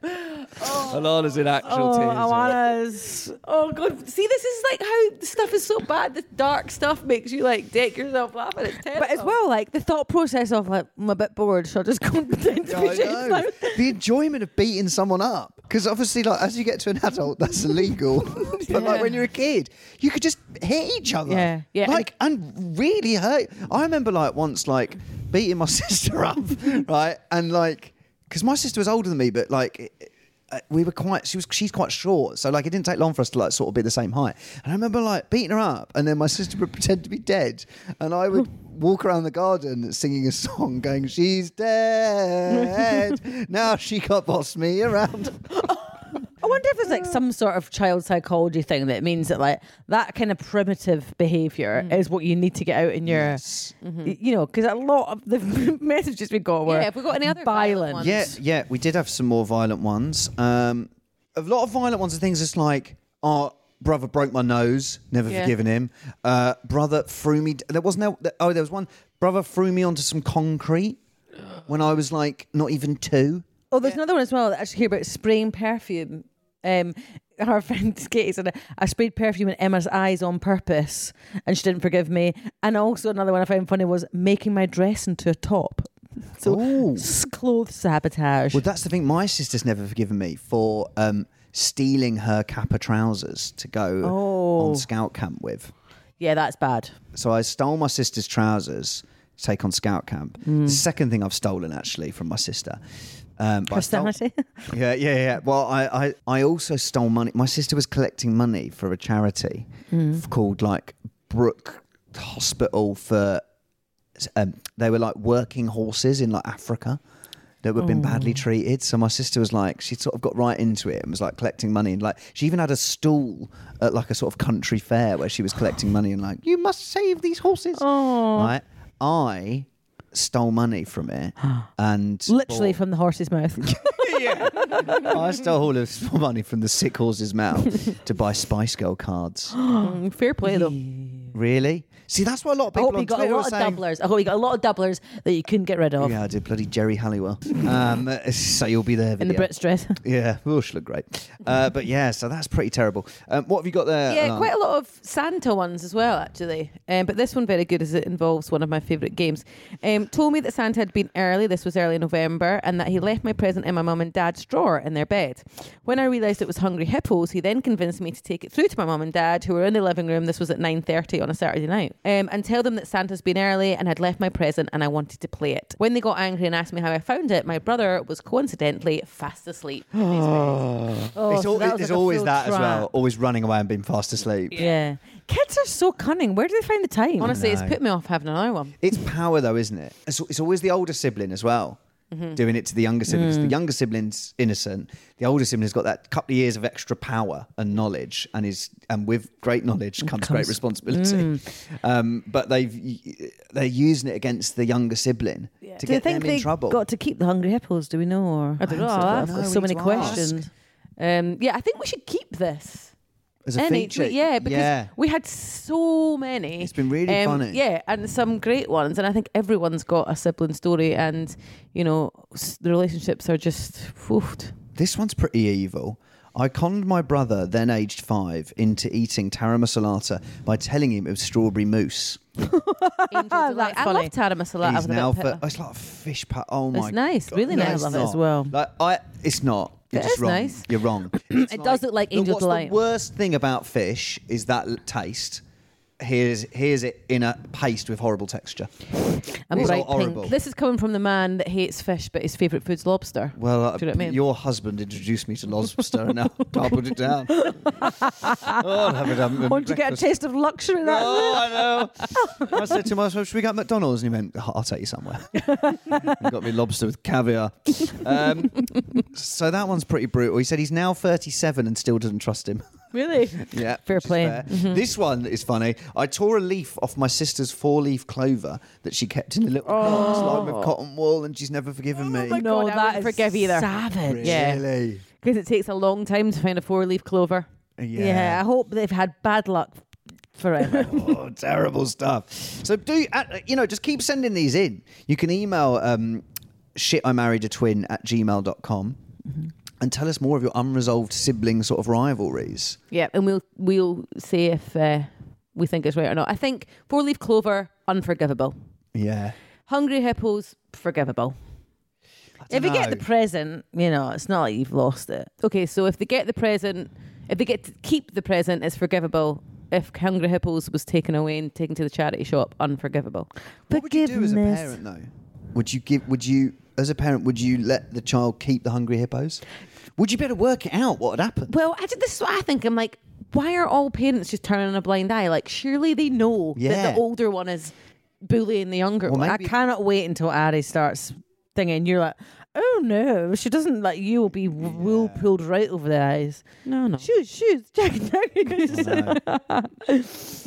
Speaker 1: Alana's in actual
Speaker 3: Oh,
Speaker 1: tears.
Speaker 3: Alana's. Oh, God. See, this is like how stuff is so bad. The dark stuff makes you like dick yourself laughing. It's terrible.
Speaker 4: But as well, like the thought process of like I'm a bit bored, so I'll just go pretend to
Speaker 1: Yeah,
Speaker 4: be
Speaker 1: I
Speaker 4: James
Speaker 1: know.
Speaker 4: Bond.
Speaker 1: the enjoyment of beating someone up because obviously like as you get to an adult that's illegal but like when you're a kid you could just hit each other
Speaker 4: Yeah, yeah,
Speaker 1: like and, really hurt i remember like once like beating my sister up right and like because my sister was older than me but like uh, we were quite she was she's quite short so like it didn't take long for us to like sort of be the same height and i remember like beating her up and then my sister would pretend to be dead and i would walk around the garden singing a song going she's dead now she got boss me around
Speaker 3: I wonder
Speaker 4: wonder if there's like some sort of child psychology thing that means that like that kind of primitive behavior
Speaker 3: Mm.
Speaker 4: is what you need to get out in your, y- you know, because a lot of the messages we got were
Speaker 3: Yeah, have we got any other violent
Speaker 4: violent.
Speaker 3: ones?
Speaker 1: Yeah, yeah, we did have some more violent ones. Um, a lot of violent ones are things that's like, oh, brother broke my nose, never
Speaker 3: Yeah.
Speaker 1: forgiven him. Uh, brother threw me. There was no. there- Oh, there was one. Brother threw me onto some concrete when I was like not even two.
Speaker 4: Oh, there's another one as well. that I actually hear about spraying perfume. Um, our friend Katie said, I sprayed perfume in Emma's eyes on purpose and she didn't forgive me. And also, another one I found funny was making my dress into a top. So,
Speaker 1: Ooh.
Speaker 4: s- clothes sabotage.
Speaker 1: Well, that's the thing. My sister's never forgiven me for um, stealing her Kappa trousers to go on scout camp with.
Speaker 4: yeah, that's bad.
Speaker 1: So I stole my sister's trousers to take on scout camp. The second thing I've stolen actually from my sister. Um, but I stole-
Speaker 4: Christianity.
Speaker 1: yeah, yeah, yeah. Well, I, I, I also stole money. My sister was collecting money for a charity f- called like Brook Hospital for. Um, they were like working horses in like Africa that were been
Speaker 4: Oh.
Speaker 1: badly treated. So my sister was like, she sort of got right into it and was like collecting money and like she even had a stall at like a sort of country fair where she was collecting money and like you must save these horses. Right? I stole money from it and
Speaker 4: Literally
Speaker 1: bought-
Speaker 4: from the horse's mouth.
Speaker 1: I stole all of my money from the sick horse's mouth to buy Spice Girl cards.
Speaker 3: Fair play though.
Speaker 1: Really? See, that's what a lot of
Speaker 4: I
Speaker 1: people
Speaker 4: hope
Speaker 1: on
Speaker 4: you got
Speaker 1: Twitter
Speaker 4: a
Speaker 1: are
Speaker 4: lot of
Speaker 1: saying.
Speaker 4: doublers. I hope you got a lot of doublers that you couldn't get rid of.
Speaker 1: Yeah, I did bloody Jerry Halliwell. Um, so you'll be there.
Speaker 4: In the Brit's dress.
Speaker 1: Yeah, oh, she looked great. Uh, but yeah, so that's pretty terrible. Um, what have you got there?
Speaker 3: Yeah,
Speaker 1: Alana?
Speaker 3: quite a lot of Santa ones as well, actually. Um, but this one very good as it involves one of my favourite games. Um, told me that Santa had been early. This was early November, and that he left my present in my mum and dad's drawer in their bed. When I realised it was hungry hippos, he then convinced me to take it through to my mum and dad, who were in the living room. This was at nine thirty on a Saturday night, um, and tell them that Santa's been early and had left my present, and I wanted to play it. When they got angry and asked me how I found it, my brother was coincidentally fast asleep. in his bed.
Speaker 4: Oh,
Speaker 1: It's
Speaker 4: so
Speaker 1: al-
Speaker 4: that was
Speaker 1: there's
Speaker 4: like a
Speaker 1: always
Speaker 4: full
Speaker 1: that as well.
Speaker 4: trap.
Speaker 1: Always running away and being fast asleep.
Speaker 4: Yeah. Kids are so cunning. Where do they find the time?
Speaker 3: Honestly, it's
Speaker 1: No.
Speaker 3: put me off having another one.
Speaker 1: It's power, though, isn't it? It's, it's always the older sibling as well
Speaker 4: Mm-hmm.
Speaker 1: doing it to the younger sibling. 'cause
Speaker 4: Mm.
Speaker 1: The younger sibling's innocent. The older sibling's got that couple of years of extra power and knowledge, and is and with great knowledge comes, great responsibility.
Speaker 4: Mm.
Speaker 1: Um, but they've y- they're using it against the younger sibling to
Speaker 4: do you
Speaker 1: get
Speaker 4: think
Speaker 1: them
Speaker 4: they
Speaker 1: in trouble.
Speaker 4: got to keep the hungry hippos? Do we know? Or
Speaker 3: I don't know.
Speaker 4: I've
Speaker 1: know.
Speaker 4: got
Speaker 1: We
Speaker 4: so
Speaker 1: need
Speaker 4: many
Speaker 1: to
Speaker 4: questions.
Speaker 3: Um, yeah, I think we should keep this.
Speaker 1: as a
Speaker 3: NH,
Speaker 1: feature.
Speaker 3: yeah, because we had so many. Um,
Speaker 1: It's been really funny.
Speaker 3: Yeah, and some great ones, and I think everyone's got a sibling story, and you know s- the relationships are just woofed.
Speaker 1: This one's pretty evil. I conned my brother, then aged five, into eating taramasalata by telling him it was strawberry mousse.
Speaker 3: I
Speaker 4: funny.
Speaker 3: love taramasalata.
Speaker 1: He's
Speaker 3: with a bit
Speaker 1: now
Speaker 3: of pepper.
Speaker 1: for, it's like a fish pat. Oh my!
Speaker 3: It's nice,
Speaker 1: God.
Speaker 3: really
Speaker 1: No,
Speaker 3: nice.
Speaker 1: it's
Speaker 3: I love it
Speaker 1: not.
Speaker 3: as well.
Speaker 1: Like I, it's not. You're
Speaker 3: It
Speaker 1: just
Speaker 3: is
Speaker 1: wrong.
Speaker 3: nice.
Speaker 1: You're wrong.
Speaker 4: It does look like
Speaker 1: the-
Speaker 4: Angel
Speaker 1: what's
Speaker 4: Delight.
Speaker 1: The worst thing about fish is that l- taste. Here's here's it in a paste with horrible texture.
Speaker 3: And
Speaker 1: It's
Speaker 3: bright
Speaker 1: all horrible.
Speaker 3: pink. This is coming from the man that hates fish, but his favourite food's lobster.
Speaker 1: Well, uh,
Speaker 3: Do you know what I mean?
Speaker 1: your husband introduced me to lobster, and now I put it down. oh, I'll have it. um,
Speaker 4: Want to get a
Speaker 1: breakfast.
Speaker 4: taste of luxury? That
Speaker 1: Oh, I know. I said to myself, should we go to McDonald's? And he went, "Oh, I'll take you somewhere. and got me lobster with caviar. Um, so that one's pretty brutal. He said he's now 37 and still doesn't trust him.
Speaker 3: really?
Speaker 1: yeah.
Speaker 3: Fair
Speaker 1: which is
Speaker 3: play.
Speaker 1: This one is funny. I tore a leaf off my sister's four leaf clover that she kept in a little box lined with cotton wool and she's never forgiven me.
Speaker 3: No,
Speaker 4: God, I
Speaker 3: that
Speaker 4: wouldn't
Speaker 3: is
Speaker 4: forgive either.
Speaker 3: Savage. Yeah,
Speaker 1: Really?
Speaker 3: because it takes a long time to find a four-leaf clover.
Speaker 4: Yeah. I hope they've had bad luck forever.
Speaker 1: oh, terrible stuff. So do uh, you know? Just keep sending these in. You can email um, shit. I married a twin at gmail.com and tell us more of your unresolved sibling sort of rivalries.
Speaker 3: Yeah, and we'll we'll see if uh, we think it's right or not. I think four leaf clover unforgivable.
Speaker 1: Yeah.
Speaker 3: Hungry hippos forgivable.
Speaker 4: if you get the present, you know, it's not like you've lost it.
Speaker 3: Okay, so if they get the present, if they get to keep the present, it's forgivable. If hungry hippos was taken away and taken to the charity shop, unforgivable.
Speaker 1: what would you do as a
Speaker 4: forgiveness.
Speaker 1: parent though? Would you give? Would you as a parent? Would you let the child keep the hungry hippos? Would you better work it out what had happened?
Speaker 3: Well, I, this is what I think. I'm like, why are all parents just turning a blind eye? Like, surely they know
Speaker 1: Yeah.
Speaker 3: that the older one is bullying the younger
Speaker 1: Well,
Speaker 3: one.
Speaker 1: maybe-
Speaker 4: I cannot wait until Ari starts thinking. You're like, oh no, she doesn't like you will be w- wool pulled right over the eyes.
Speaker 3: No, no.
Speaker 4: Shoes, shoes, jacket, jacket.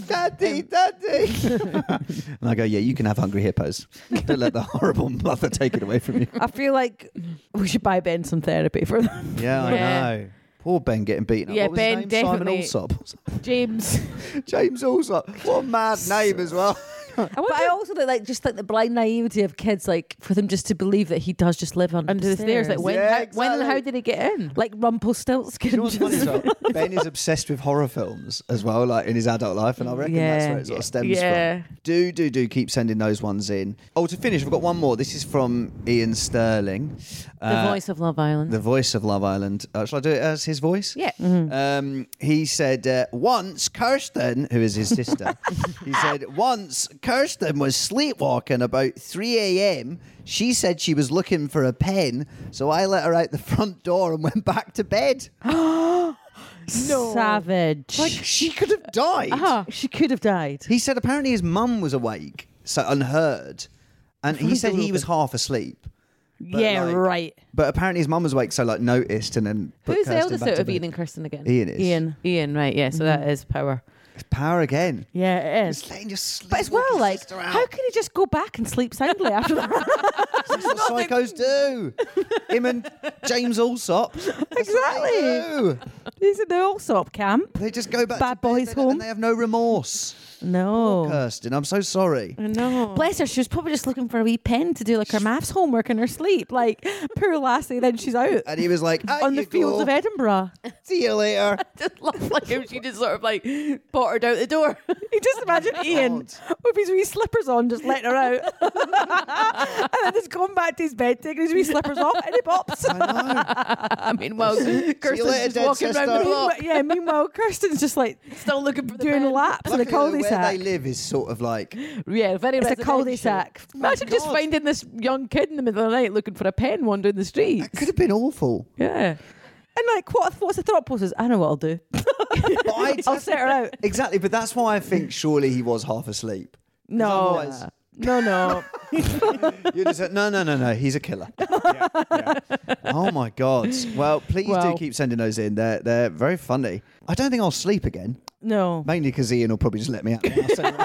Speaker 1: Daddy, daddy. and I go, yeah, you can have hungry hippos. Don't let the horrible mother take it away from you.
Speaker 3: I feel like
Speaker 4: we should buy Ben some therapy for that.
Speaker 1: Yeah,
Speaker 3: Yeah.
Speaker 1: I know. Poor Ben getting beaten up.
Speaker 3: Yeah,
Speaker 1: what was
Speaker 3: Ben
Speaker 1: his name? Simon
Speaker 3: definitely-
Speaker 1: Allsop.
Speaker 3: James.
Speaker 1: James Allsop. What a mad name as well.
Speaker 4: I but I also like, like just like the blind naivety of kids, like for them just to believe that he does just live under,
Speaker 3: under the stairs. Like when,
Speaker 1: Yeah,
Speaker 3: how, when and how
Speaker 1: exactly.
Speaker 3: did he get in?
Speaker 4: like Rumpelstiltskin.
Speaker 1: Do you know what's funny as well? Ben is obsessed with horror films as well, like in his adult life, and I reckon that's
Speaker 3: Yeah.
Speaker 1: where it sort of stems
Speaker 3: Yeah.
Speaker 1: from. Do, do, do keep sending those ones in. Oh, to finish, we've got one more. This is from Ian Sterling.
Speaker 4: the voice of Love Island.
Speaker 1: The voice of Love Island. Uh, shall I do it as his voice?
Speaker 3: Yeah.
Speaker 1: Um, he said, uh, once Kirsten, who is his sister, he said, once Kirsten was sleepwalking about 3 a.m. She said she was looking for a pen, so I let her out the front door and went back to bed.
Speaker 4: Savage.
Speaker 1: Like, she could have died.
Speaker 3: Uh-huh.
Speaker 4: She could have died.
Speaker 1: He said apparently his mum was awake, so unheard, and he said he was half asleep. But,
Speaker 4: yeah,
Speaker 1: like-
Speaker 4: right.
Speaker 1: But apparently his mum was awake, so like noticed and then. put
Speaker 3: Who's the
Speaker 1: Kirsten
Speaker 3: eldest
Speaker 1: back
Speaker 3: out
Speaker 1: to
Speaker 3: of
Speaker 1: bed.
Speaker 3: Ian and Kirsten again?
Speaker 1: Ian is.
Speaker 3: Ian. Ian, right? Yeah. So that is power.
Speaker 1: Power again.
Speaker 4: Mm-hmm. Yeah, it is.
Speaker 1: Just letting your sleep.
Speaker 4: But as
Speaker 1: walk
Speaker 4: well,
Speaker 1: your
Speaker 4: like,
Speaker 1: sister out.
Speaker 4: how could he just go back and sleep soundly after that?
Speaker 1: That's what psychos do. Him and James Allsop. That's what they
Speaker 4: Exactly.
Speaker 1: do.
Speaker 4: He's in the Allsop camp.
Speaker 1: They just go back.
Speaker 4: Bad
Speaker 1: to bed,
Speaker 4: boys
Speaker 1: they don't-
Speaker 4: home.
Speaker 1: And they have no remorse.
Speaker 4: No.
Speaker 1: Kirsten, I'm so sorry.
Speaker 3: No.
Speaker 4: Bless her, she was probably just looking for a wee pen to do like her maths homework in her sleep. Like, poor lassie, then she's out
Speaker 1: And he was like, "Out
Speaker 4: on the
Speaker 1: you
Speaker 4: fields
Speaker 1: go.
Speaker 4: of Edinburgh.
Speaker 1: See you later.
Speaker 3: just love like him. She just sort of like pottered out the door.
Speaker 4: You just imagine Ian with his wee slippers on, just letting her out. and then just going back to his bed, taking his wee slippers off, and he pops.
Speaker 1: I
Speaker 3: I mean, well, Kirsten's
Speaker 1: later,
Speaker 3: just
Speaker 1: dead
Speaker 3: walking around the
Speaker 1: sister.
Speaker 3: block,
Speaker 4: Meanwhile- yeah, meanwhile, Kirsten's just like
Speaker 3: still looking for the
Speaker 4: doing
Speaker 3: pen.
Speaker 4: laps
Speaker 1: know.
Speaker 4: in a
Speaker 1: Luckily, though, where
Speaker 4: cul-de-sac.
Speaker 1: they live is sort of like
Speaker 3: Yeah, very.
Speaker 4: It's a
Speaker 3: residential.
Speaker 4: cul-de-sac.
Speaker 3: Imagine just finding this young kid in the middle of the night looking for a pen wandering the streets.
Speaker 1: It could have been awful.
Speaker 3: Yeah.
Speaker 4: And like, what, what's the thought process? I know what I'll do.
Speaker 1: But I-
Speaker 4: I'll set her out.
Speaker 1: Exactly, but that's why I think surely he was half asleep.
Speaker 4: No,
Speaker 1: Otherwise-
Speaker 4: no, no.
Speaker 1: You just said, no, no, no, no, he's a killer. Oh my God. Well, please
Speaker 3: Well.
Speaker 1: do keep sending those in. They're, they're very funny. I don't think I'll sleep again,
Speaker 4: No.
Speaker 1: mainly because Ian will probably just let me out. of the house anyway.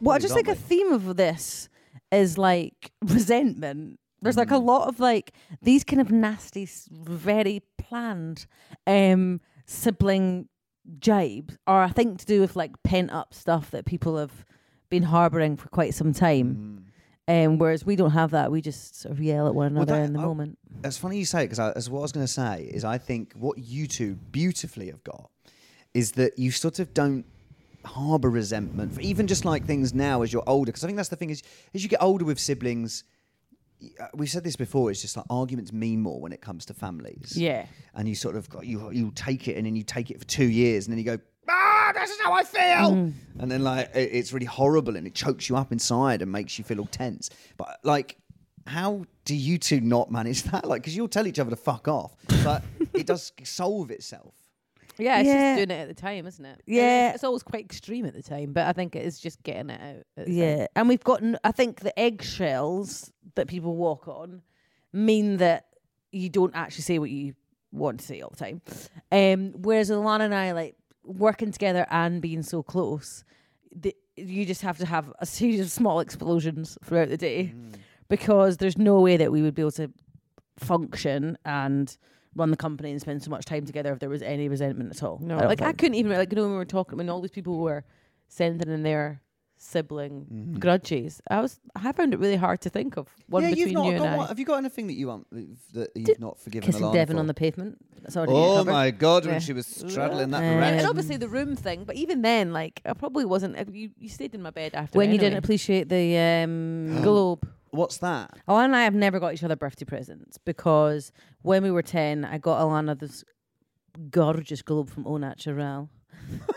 Speaker 4: Well, I just
Speaker 1: aren't
Speaker 4: think
Speaker 1: they?
Speaker 4: a theme of this is like resentment. There's like a
Speaker 1: Mm.
Speaker 4: lot of like these kind of nasty, s- very planned um sibling jibes, or I think to do with like pent up stuff that people have been harboring for quite some time. Um, whereas we don't have that; we just sort of yell at one
Speaker 1: Mm. Well,
Speaker 4: another
Speaker 1: that-
Speaker 4: in the
Speaker 1: I-
Speaker 4: moment.
Speaker 1: It's funny you say it because that's what I was going to say is I think what you two beautifully have got is that you sort of don't harbour resentment for even just like things now as you're older. Because I think that's the thing is as you get older with siblings, y- uh, we've said this before. It's just like arguments mean more when it comes to families.
Speaker 3: Yeah.
Speaker 1: and you sort of got you you take it and then you take it for two years and then you go. Ah, this is how I feel,
Speaker 3: Mm.
Speaker 1: and then like it- it's really horrible, and it chokes you up inside and makes you feel all tense. But like, how do you two not manage that? Like, because you'll tell each other to fuck off, but it does solve itself.
Speaker 3: Yeah, it's
Speaker 4: Yeah.
Speaker 3: just doing it at the time, isn't it?
Speaker 4: Yeah.
Speaker 3: It's, it's always quite extreme at the time, but I think it is just getting it out. at the time.
Speaker 4: Yeah, and we've gotten. I think the eggshells that people walk on mean that you don't actually say what you want to say all the time. Um, whereas Alana and I, like working together and being so close, the, you just have to have a series of small explosions throughout the day because there's no way that we would be able to function and run the company and spend so much time together if there was any resentment at all.
Speaker 3: No,
Speaker 4: don't
Speaker 3: like I
Speaker 4: think.
Speaker 3: couldn't even like you know when we were talking when all these people were sending in their sibling grudges. I was I found it really hard to think of one
Speaker 1: yeah,
Speaker 3: between
Speaker 1: you've not
Speaker 3: you and
Speaker 1: got
Speaker 3: I.
Speaker 1: one. Have you got anything that you want that you've not forgiven?
Speaker 4: kissing
Speaker 1: Alana
Speaker 4: Devon
Speaker 1: for?
Speaker 4: on the pavement. That's already been
Speaker 1: Oh
Speaker 4: covered.
Speaker 1: my god, when
Speaker 3: Yeah.
Speaker 1: she was straddling that
Speaker 4: Yeah.
Speaker 3: And, and
Speaker 1: rat.
Speaker 3: obviously the room thing, but even then, like I probably wasn't. uh, You, you stayed in my bed after
Speaker 4: when you
Speaker 3: anyway.
Speaker 4: didn't appreciate the um, globe.
Speaker 1: What's that?
Speaker 4: Alana Oh, and I have never got each other birthday presents because when we were 10, I got Alana this gorgeous globe from Au Naturel.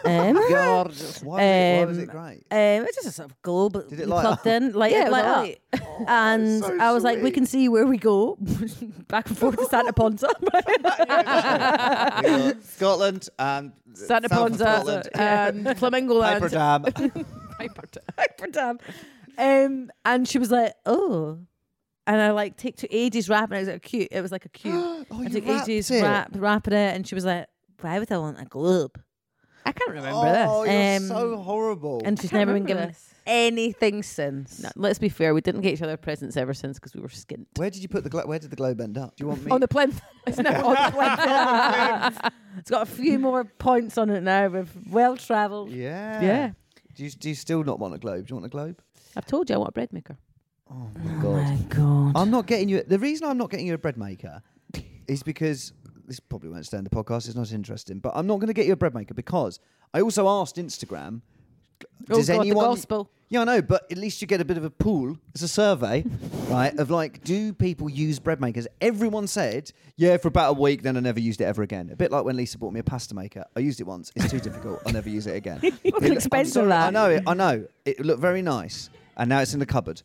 Speaker 4: Um,
Speaker 1: God, why, was it,
Speaker 4: Um,
Speaker 1: why was it great?
Speaker 4: Um, it's just a sort of globe that
Speaker 1: Did it
Speaker 4: you
Speaker 1: light
Speaker 4: plugged
Speaker 1: up?
Speaker 4: in, like
Speaker 3: Yeah,
Speaker 4: it
Speaker 3: it was
Speaker 4: light up.
Speaker 3: alright.
Speaker 4: and
Speaker 1: oh, so
Speaker 4: I was like, we
Speaker 1: sweet.
Speaker 4: can see where we go, back and forth to Santa Ponza.
Speaker 1: Um, We got Scotland and
Speaker 3: Santa
Speaker 1: south of
Speaker 3: Ponza
Speaker 4: uh,
Speaker 1: Scotland.
Speaker 3: and Flamingo Land.
Speaker 1: Piper Dam.
Speaker 3: Piper Dam.
Speaker 4: Hyperdam. Um, and she was like, "Oh," and I like take to ages wrapping. It It was like a cute. It was like a cute.
Speaker 1: Oh,
Speaker 4: I
Speaker 1: you
Speaker 4: took
Speaker 1: wrapped
Speaker 4: ages
Speaker 1: it.
Speaker 4: wrap, wrapping it, and she was like, "Why would I want a globe?" I can't remember
Speaker 1: Oh,
Speaker 4: this.
Speaker 1: you're
Speaker 4: Um,
Speaker 1: so horrible.
Speaker 4: and she's never been given anything since.
Speaker 3: No, let's be fair. We didn't get each other presents ever since because we were skint.
Speaker 1: where did you put the glo- where did the globe end up? Do you want me?
Speaker 4: On the plinth. It's now on the plinth. it's got a few more points on it now. We've well travelled.
Speaker 1: yeah.
Speaker 3: Yeah.
Speaker 1: Do you do you still not want a globe? Do you want a globe?
Speaker 3: I've told you I want a bread maker.
Speaker 1: Oh my god.
Speaker 4: God.
Speaker 1: I'm not getting you. The reason I'm not getting you a bread maker is because this probably won't stay in the podcast. It's not interesting, but I'm not going to get you a bread maker because I also asked Instagram.
Speaker 3: Oh, God, the gospel.
Speaker 1: Yeah, I know, but at least you get a bit of a pool. It's a survey, right? Of like, do people use bread makers? Everyone said, yeah, for about a week. Then I never used it ever again. A bit like when Lisa bought me a pasta maker. I used it once. It's too difficult. I never use it again. It- I'm
Speaker 4: expensive
Speaker 1: sorry,
Speaker 4: that.
Speaker 1: I know it. I know it looked very nice, and now it's in the cupboard.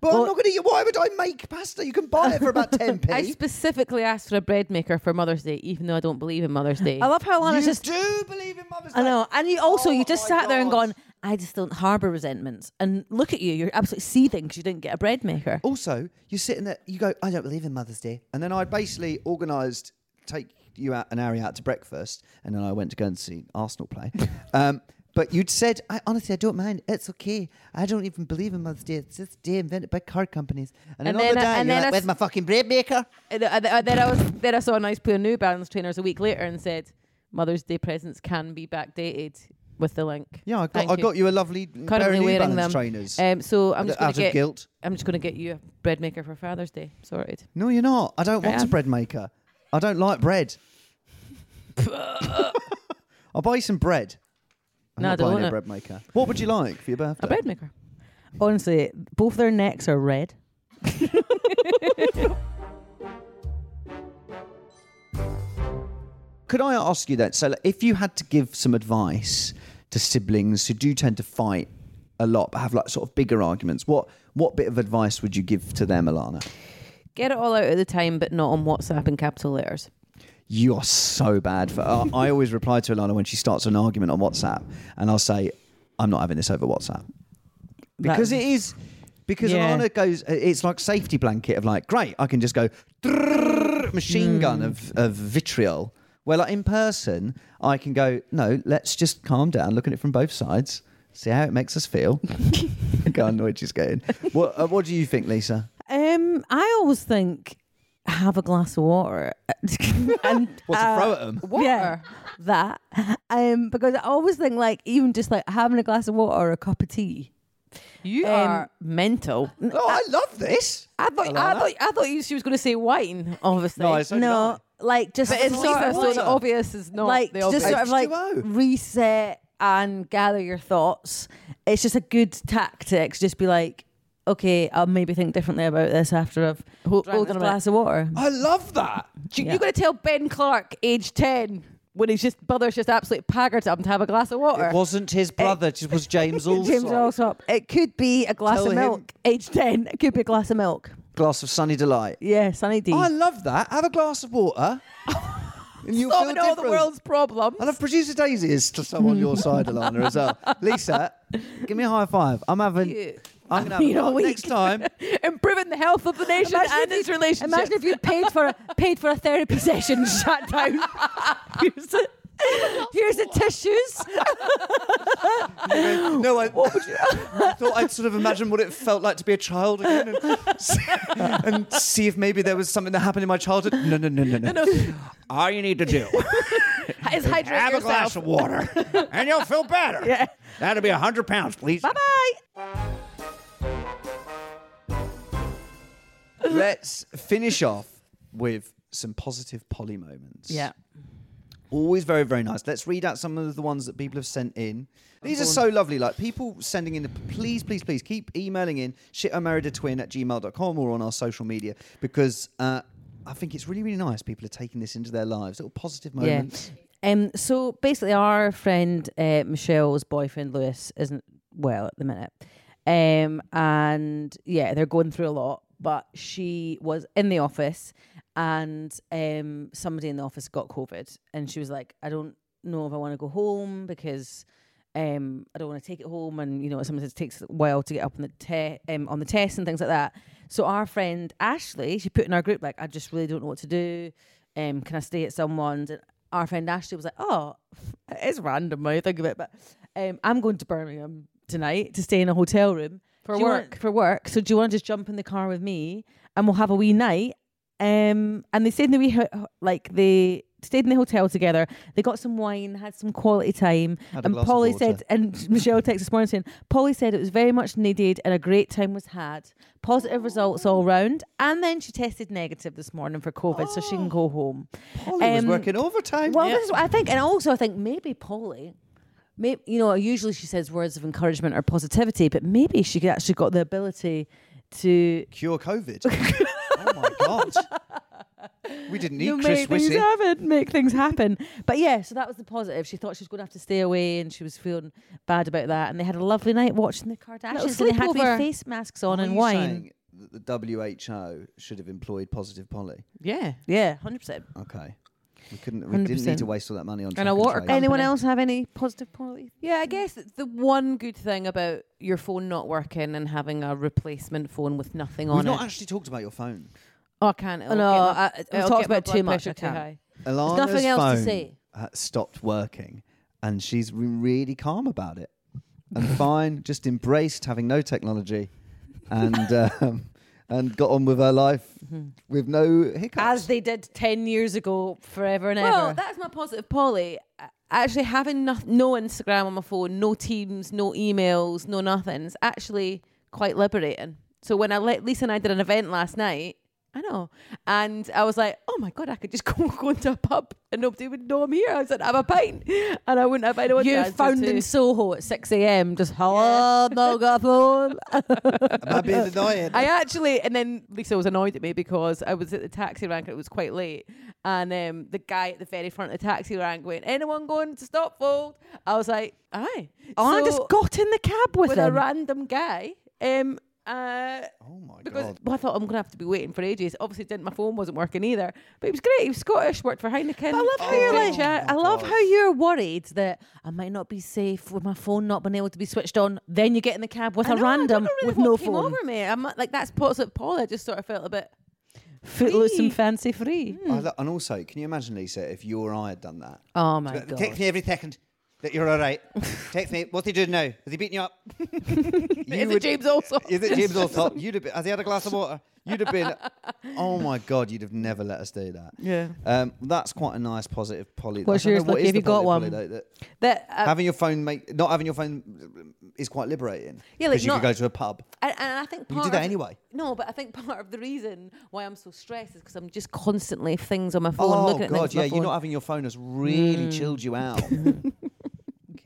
Speaker 1: But I'm not going to. Why would I make pasta? You can buy it for about ten p.
Speaker 3: I specifically asked for a bread maker for Mother's Day, even though I don't believe in Mother's Day.
Speaker 4: I love how
Speaker 1: you
Speaker 4: Lana's just.
Speaker 1: do believe in Mother's
Speaker 4: I know, and you also
Speaker 1: Oh
Speaker 4: you just
Speaker 1: my
Speaker 4: sat there and
Speaker 1: God.
Speaker 4: gone. I just don't harbour resentments. And look at you, you're absolutely seething because you didn't get a bread maker.
Speaker 1: Also, you're sitting there. You go. I don't believe in Mother's Day, and then I basically organised take you out an hour out to breakfast, and then I went to go and see Arsenal play. um, but you'd said, I honestly, I don't mind. It's okay. I don't even believe in Mother's Day. It's just a day invented by car companies. And,
Speaker 3: And
Speaker 1: another
Speaker 3: then I-
Speaker 1: day,
Speaker 3: and
Speaker 1: you're
Speaker 3: then
Speaker 1: like,
Speaker 3: I
Speaker 1: with
Speaker 3: s-
Speaker 1: my fucking bread maker.
Speaker 3: And, uh, th- uh, then I was then I saw a nice pair of New Balance trainers a week later and said Mother's Day presents can be backdated with the link.
Speaker 1: Yeah, I got,
Speaker 3: Thank
Speaker 1: I got you a lovely pair
Speaker 3: Currently
Speaker 1: of New
Speaker 3: wearing
Speaker 1: Balance
Speaker 3: them.
Speaker 1: trainers.
Speaker 3: Um, so I'm
Speaker 1: out
Speaker 3: just gonna
Speaker 1: of
Speaker 3: get
Speaker 1: guilt.
Speaker 3: I'm just gonna get you a bread maker for Father's Day. Sorted.
Speaker 1: No, you're not. I don't
Speaker 3: I
Speaker 1: want a
Speaker 3: am.
Speaker 1: bread maker. I don't like bread. I'll buy you some bread. I'm
Speaker 3: No,
Speaker 1: not
Speaker 3: I don't
Speaker 1: buying
Speaker 3: want
Speaker 1: a
Speaker 3: it.
Speaker 1: bread maker. What would you like for your birthday?
Speaker 3: A bread maker.
Speaker 4: Honestly, both their necks are red.
Speaker 1: Could I ask you that? So, like, if you had to give some advice to siblings who do tend to fight a lot but have like sort of bigger arguments, what what bit of advice would you give to them, Alana?
Speaker 3: Get it all out at the time, but not on WhatsApp in capital letters.
Speaker 1: you are so bad for. I I always reply to Alana when she starts an argument on WhatsApp, and I'll say, "I'm not having this over WhatsApp," because it is because
Speaker 4: Yeah.
Speaker 1: Alana goes. It's like safety blanket of like, great, I can just go "Drrrr," machine gun of of vitriol. Where like in person, I can go, no, let's just calm down, look at it from both sides, see how it makes us feel. go on, where she's going. What uh, What do you think, Lisa?
Speaker 4: Um, I always think have a glass of water and
Speaker 1: What to throw at them?
Speaker 4: water that um because I always think like even just like having a glass of water or a cup of tea.
Speaker 3: You
Speaker 4: Um,
Speaker 3: are mental.
Speaker 1: Oh, I love this.
Speaker 3: I thought, I thought I thought you, she was going to say wine, obviously.
Speaker 1: No, it's- So
Speaker 4: no, like just
Speaker 3: but it's
Speaker 4: like-
Speaker 3: sort of so the
Speaker 1: water.
Speaker 3: obvious is not
Speaker 4: like
Speaker 3: the
Speaker 4: just
Speaker 3: obvious.
Speaker 4: sort of like
Speaker 1: H2O.
Speaker 4: reset and gather your thoughts. It's just a good tactic. to Just be like, okay, I'll maybe think differently about this after I've
Speaker 3: Hold-
Speaker 4: drank
Speaker 3: hold on
Speaker 4: this
Speaker 3: a minute.
Speaker 4: glass of water.
Speaker 1: I love that.
Speaker 3: You, You're going to tell Ben Clark, age 10, when he's just, brother's just absolutely paggered to him to have a glass of water.
Speaker 1: It wasn't his brother. It was James Allsop.
Speaker 4: James Allsop. It could be a glass
Speaker 1: Tell
Speaker 4: of
Speaker 1: him.
Speaker 4: milk. Age ten. It could be a glass of milk.
Speaker 1: Glass of sunny delight.
Speaker 4: Yeah, Sunny D.
Speaker 1: I love that. Have a glass of water. and you'll
Speaker 3: Solving all the
Speaker 1: different.
Speaker 3: world's problems.
Speaker 1: I love producer Daisy is to some on your side, Alana, as well. Lisa, give me a high five. I'm having. I'm gonna have
Speaker 4: Mean
Speaker 1: a
Speaker 4: all
Speaker 1: glass next time.
Speaker 3: Improving the health of the nation
Speaker 4: Imagine
Speaker 3: and its relationships.
Speaker 4: Imagine if you paid for a, paid for a therapy session shut down. Here's a, here's the tissues.
Speaker 1: No, I, I thought I'd sort of imagine what it felt like to be a child again, and, see- and see if maybe there was something that happened in my childhood. No, no, no, no, no. All you need to do
Speaker 3: is hydrate
Speaker 1: have a
Speaker 3: yourself.
Speaker 1: glass of water, and you'll feel better. Yeah. That'll be a hundred pounds, please.
Speaker 4: Bye bye.
Speaker 1: Let's finish off with some positive poly moments.
Speaker 3: Yeah.
Speaker 1: Always very, very nice. Let's read out some of the ones that people have sent in. These are so lovely. Like people sending in the please, please, please keep emailing in shit I married a twin at gmail.com or on our social media because uh, I think it's really, really nice. People are taking this into their lives. Little positive moments.
Speaker 4: Um, so basically, our friend uh, Michelle's boyfriend Lewis isn't well at the minute, um, and yeah, they're going through a lot. But she was in the office, and um, somebody in the office got COVID, and she was like, "I don't know if I want to go home because um, I don't want to take it home, and you know, sometimes it takes a while to get up on the te- um, on the test and things like that. So our friend Ashley, she put in our group like, I just really don't know what to do. Um, can I stay at someone's? And our friend Ashley was like, Oh, it is random when you think of it, but um, I'm going to Birmingham tonight to stay in a hotel room
Speaker 3: For
Speaker 4: Do you want-
Speaker 3: work.
Speaker 4: for work. So do you want to just jump in the car with me and we'll have a wee night? Um, and they stayed in the wee ho- like they stayed in the hotel together. They got some wine, had some quality time.
Speaker 1: Had a
Speaker 4: and
Speaker 1: glass of
Speaker 4: Polly
Speaker 1: water.
Speaker 4: said, and Michelle texted this morning saying, Polly said it was very much needed and a great time was had. Positive results all round. And then she tested negative this morning for COVID, so she can go home.
Speaker 1: Polly was
Speaker 4: Um,
Speaker 1: working overtime.
Speaker 4: Oh. Well, this is what I think, and also I think maybe Polly, maybe you know, usually she says words of encouragement or positivity, but maybe she could actually got the ability to.
Speaker 1: Cure COVID. oh my god. We didn't need
Speaker 4: you know,
Speaker 1: Chris
Speaker 4: make things
Speaker 1: Wissey.
Speaker 4: happen, make things happen. But yeah, so that was the positive. She thought she was going to have to stay away, and she was feeling bad about that. And they had a lovely night watching the Kardashians. And they had wee
Speaker 3: sleepover.
Speaker 4: face masks on
Speaker 1: Are
Speaker 4: and
Speaker 1: you
Speaker 4: wine.
Speaker 1: saying that The WHO should have employed positive Polly.
Speaker 3: Yeah.
Speaker 4: Yeah, hundred percent.
Speaker 1: Okay. We couldn't. We did not need
Speaker 3: 100%.
Speaker 1: to waste all that money on.
Speaker 3: a
Speaker 1: track
Speaker 3: water
Speaker 1: trace.
Speaker 3: company.
Speaker 4: Anyone else have any positive Polly?
Speaker 3: Yeah, I guess the one good thing about your phone not working and having a replacement phone with nothing
Speaker 1: We've
Speaker 3: on
Speaker 1: not
Speaker 3: it.
Speaker 1: actually talked about your phone.
Speaker 3: oh, I can't. it'll
Speaker 4: No,
Speaker 3: get my-
Speaker 4: I- we've
Speaker 3: it'll
Speaker 4: talked
Speaker 3: get my
Speaker 4: about it
Speaker 3: blood
Speaker 4: too much,
Speaker 3: pressure
Speaker 4: I
Speaker 3: too
Speaker 4: can't.
Speaker 3: high.
Speaker 1: Alana's
Speaker 4: nothing else to
Speaker 1: phone
Speaker 4: say.
Speaker 1: ha- stopped working, and she's re- really calm about it and fine. Just embraced having no technology, and um, and got on with her life
Speaker 4: Mm-hmm.
Speaker 1: with no hiccups.
Speaker 4: As they did ten years ago, forever and
Speaker 3: Well,
Speaker 4: ever.
Speaker 3: that's my positive, Polly. I- Actually, having no, no Instagram on my phone, no Teams, no emails, no nothing's actually quite liberating. So when I let Lisa and I did an event last night, I know, and I was like, oh my god, I could just go go into a pub and nobody would know I'm here. I said, have a pint, and I wouldn't have anyone. to
Speaker 4: You
Speaker 3: answer
Speaker 4: found
Speaker 3: to.
Speaker 4: in Soho at 6 a.m. Just hello, no got phone.
Speaker 1: Am I
Speaker 4: Uh,
Speaker 1: being annoying?
Speaker 3: I actually, and then Lisa was annoyed at me because I was at the taxi rank. It was quite late, and um, the guy at the very front of the taxi rank went, "Anyone going to Stopfold?" I was like, "Aye."
Speaker 4: Oh, I
Speaker 3: So,
Speaker 4: just got in the cab with,
Speaker 3: with a
Speaker 4: him.
Speaker 3: random guy. Um, uh,
Speaker 1: oh my
Speaker 3: because
Speaker 1: god!
Speaker 3: well, I thought I'm gonna have to be waiting for ages. Obviously, didn't my phone wasn't working either. But he was great. He was Scottish, worked for Heineken. Oh,
Speaker 4: I love how
Speaker 3: Good
Speaker 4: you're
Speaker 3: chit
Speaker 4: like.
Speaker 3: chat.
Speaker 4: I love how you're worried that I might not be safe with my phone not being able to be switched on. Then you get in the cab with
Speaker 3: I
Speaker 4: a
Speaker 3: know, I don't
Speaker 4: random
Speaker 3: know really
Speaker 4: with
Speaker 3: what
Speaker 4: no
Speaker 3: came
Speaker 4: phone,
Speaker 3: Over me, I'm not- like that's positive. Paul, I just sort of felt a bit.
Speaker 4: footloose
Speaker 3: Free. Mm.
Speaker 4: and fancy free.
Speaker 1: I lo- Oh, and also, can you imagine, Lisa, if you or I had done that?
Speaker 4: Oh my
Speaker 1: But
Speaker 4: god!
Speaker 1: Text me every second that you're all right. Text me. What's he doing now? Is he beating you up? you
Speaker 3: Is it James Alsop?
Speaker 1: Is it James Alsop? You'd have been, has he had a glass of water? You'd have been. Oh my God! You'd have never let us do that.
Speaker 3: Yeah.
Speaker 1: Um, that's quite a nice positive poly.
Speaker 4: What's
Speaker 1: I don't know
Speaker 4: yours,
Speaker 1: what
Speaker 4: Lucky?
Speaker 1: is
Speaker 4: Have
Speaker 1: the
Speaker 4: you got
Speaker 1: poly- poly
Speaker 4: one?
Speaker 1: though, that-
Speaker 3: That uh,
Speaker 1: having your phone make not having your phone is quite liberating.
Speaker 3: Yeah, like
Speaker 1: 'Cause you
Speaker 3: not-
Speaker 1: could go to a pub.
Speaker 3: And, and I think
Speaker 1: You
Speaker 3: part
Speaker 1: do that
Speaker 3: of-
Speaker 1: anyway.
Speaker 3: No, but I think part of the reason why I'm so stressed is because I'm just constantly things on my phone,
Speaker 1: oh
Speaker 3: looking at
Speaker 1: God!
Speaker 3: things on
Speaker 1: Yeah,
Speaker 3: my
Speaker 1: you
Speaker 3: phone.
Speaker 1: not having your phone has really chilled you out. Fucking hell.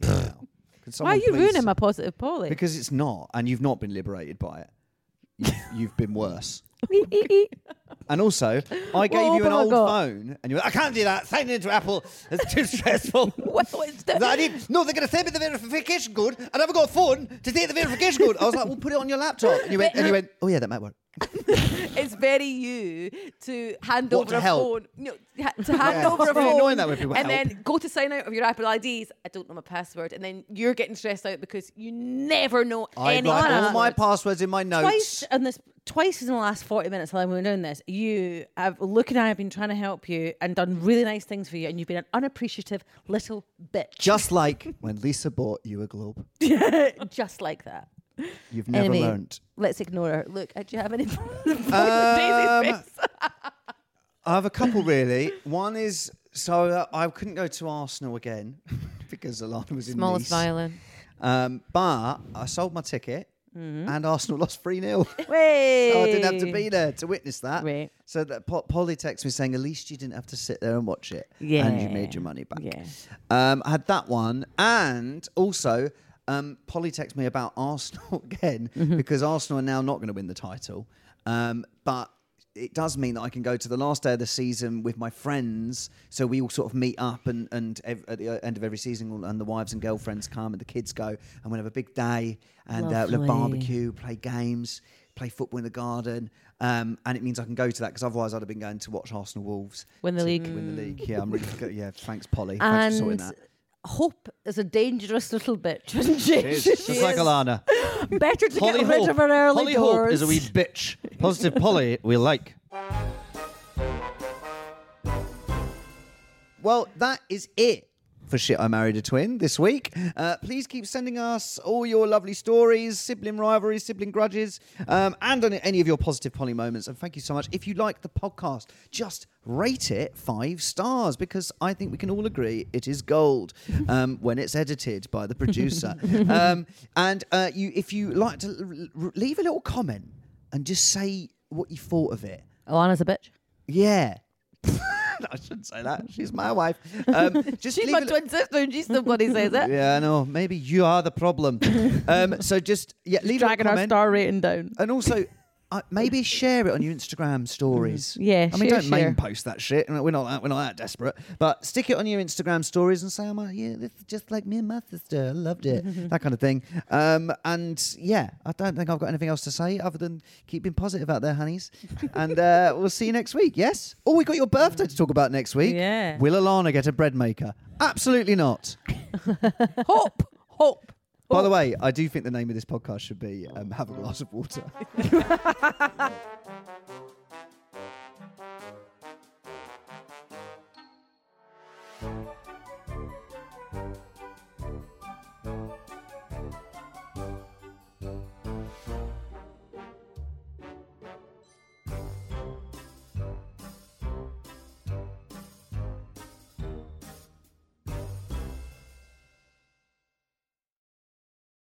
Speaker 1: Could
Speaker 3: why are
Speaker 1: someone
Speaker 3: you
Speaker 1: please-
Speaker 3: ruining my positive, Polly?
Speaker 1: Because it's not, and you've not been liberated by it. You've, you've been worse. And also, I gave you an
Speaker 3: Oh, but I
Speaker 1: old
Speaker 3: got-
Speaker 1: phone, and you were like, I can't do that. Sign into Apple. It's too stressful.
Speaker 3: well, it's the-
Speaker 1: I need, no, they're going to send me the verification code, and I haven't got a phone to take the verification code. I was like, well, put it on your laptop. And you went, and you went oh, yeah, that might work.
Speaker 3: it's very you to hand
Speaker 1: What
Speaker 3: over
Speaker 1: to
Speaker 3: a
Speaker 1: help?
Speaker 3: phone. No, ha- to hand
Speaker 1: Yeah.
Speaker 3: over
Speaker 1: It's
Speaker 3: a
Speaker 1: very
Speaker 3: phone,
Speaker 1: annoying that when people
Speaker 3: and
Speaker 1: help.
Speaker 3: then go to sign out of your Apple IDs. I don't know my password, and then you're getting stressed out because you never know
Speaker 1: I
Speaker 3: any.
Speaker 1: got all
Speaker 3: passwords.
Speaker 1: my passwords in my notes.
Speaker 4: Twice in this, twice in the last forty minutes while we've been doing this, you have look and I have been trying to help you and done really nice things for you, and you've been an unappreciative little bitch.
Speaker 1: Just like when Lisa bought you a globe.
Speaker 4: just like that.
Speaker 1: You've never
Speaker 4: Anyway,
Speaker 1: learned.
Speaker 4: Let's ignore her. Look, uh, do you have any?
Speaker 1: Um, I have a couple really. One is so uh, I couldn't go to Arsenal again because Alana was in
Speaker 3: smallest
Speaker 1: Nice.
Speaker 3: violin.
Speaker 1: Um, but I sold my ticket and Arsenal lost 3 0.
Speaker 4: Way.
Speaker 1: So I didn't have to be there to witness that.
Speaker 4: Right.
Speaker 1: So that po- Polly texted me saying, at least you didn't have to sit there and watch it. And you made your money back.
Speaker 4: Yeah.
Speaker 1: Um, I had that one. And also, um, Polly texted me about Arsenal again because Arsenal are now not going to win the title. Um, but it does mean that I can go to the last day of the season with my friends. So we all sort of meet up and, and ev- at the uh, end of every season, all, and the wives and girlfriends come and the kids go and we'll have a big day and uh, we'll have
Speaker 4: Lovely.
Speaker 1: barbecue barbecue, play games, play football in the garden. Um, and it means I can go to that because otherwise I'd have been going to watch Arsenal Wolves
Speaker 4: Win the
Speaker 1: to
Speaker 4: league.
Speaker 1: Win the league. Yeah, I'm really good. Yeah, thanks, Polly. thanks for sorting
Speaker 4: And
Speaker 1: that.
Speaker 4: Hope is a dangerous little bitch, isn't she?
Speaker 1: She is.
Speaker 4: She
Speaker 1: Just like
Speaker 4: is.
Speaker 1: Alana.
Speaker 4: Better to
Speaker 1: Holly
Speaker 4: get rid
Speaker 1: Hope.
Speaker 4: of her
Speaker 1: Holly
Speaker 4: early doors.
Speaker 1: Hope is a wee bitch. Positive Polly we like. Well, that is it for Shit I Married a Twin this week. Uh, please keep sending us all your lovely stories, sibling rivalries, sibling grudges, um, and any- any of your positive Polly moments. And thank you so much. If you like the podcast, just rate it five stars because I think we can all agree it is gold um, when it's edited by the producer. um, and uh, you, if you like to l- l- leave a little comment and just say what you thought of it.
Speaker 4: Alana's a bitch.
Speaker 1: Yeah. I shouldn't say that. She's my wife. Um, just
Speaker 3: She's
Speaker 1: leave
Speaker 3: my
Speaker 1: a-
Speaker 3: twin sister and she still bloody says it.
Speaker 1: Yeah, I know. Maybe you are the problem. um, so just yeah, leave a
Speaker 3: Dragging our
Speaker 1: comment,
Speaker 3: star rating down. Mm.
Speaker 1: and also uh, maybe share it on your Instagram stories.
Speaker 3: Yeah,
Speaker 1: I mean,
Speaker 3: share,
Speaker 1: don't main
Speaker 3: share.
Speaker 1: post that shit. We're not that, we're not that desperate, but stick it on your Instagram stories and say, "Oh my, yeah, this is just like me and my sister. I loved it." that kind of thing. Um, and yeah, I don't think I've got anything else to say other than keep being positive out there, honeys. and uh, we'll see you next week. Yes. Oh, we got your birthday to talk about next week.
Speaker 4: Yeah.
Speaker 1: Will Alana get a bread maker? Absolutely not.
Speaker 3: Hope, hope.
Speaker 1: By the way, I do think the name of this podcast should be um, Have a Glass of Water.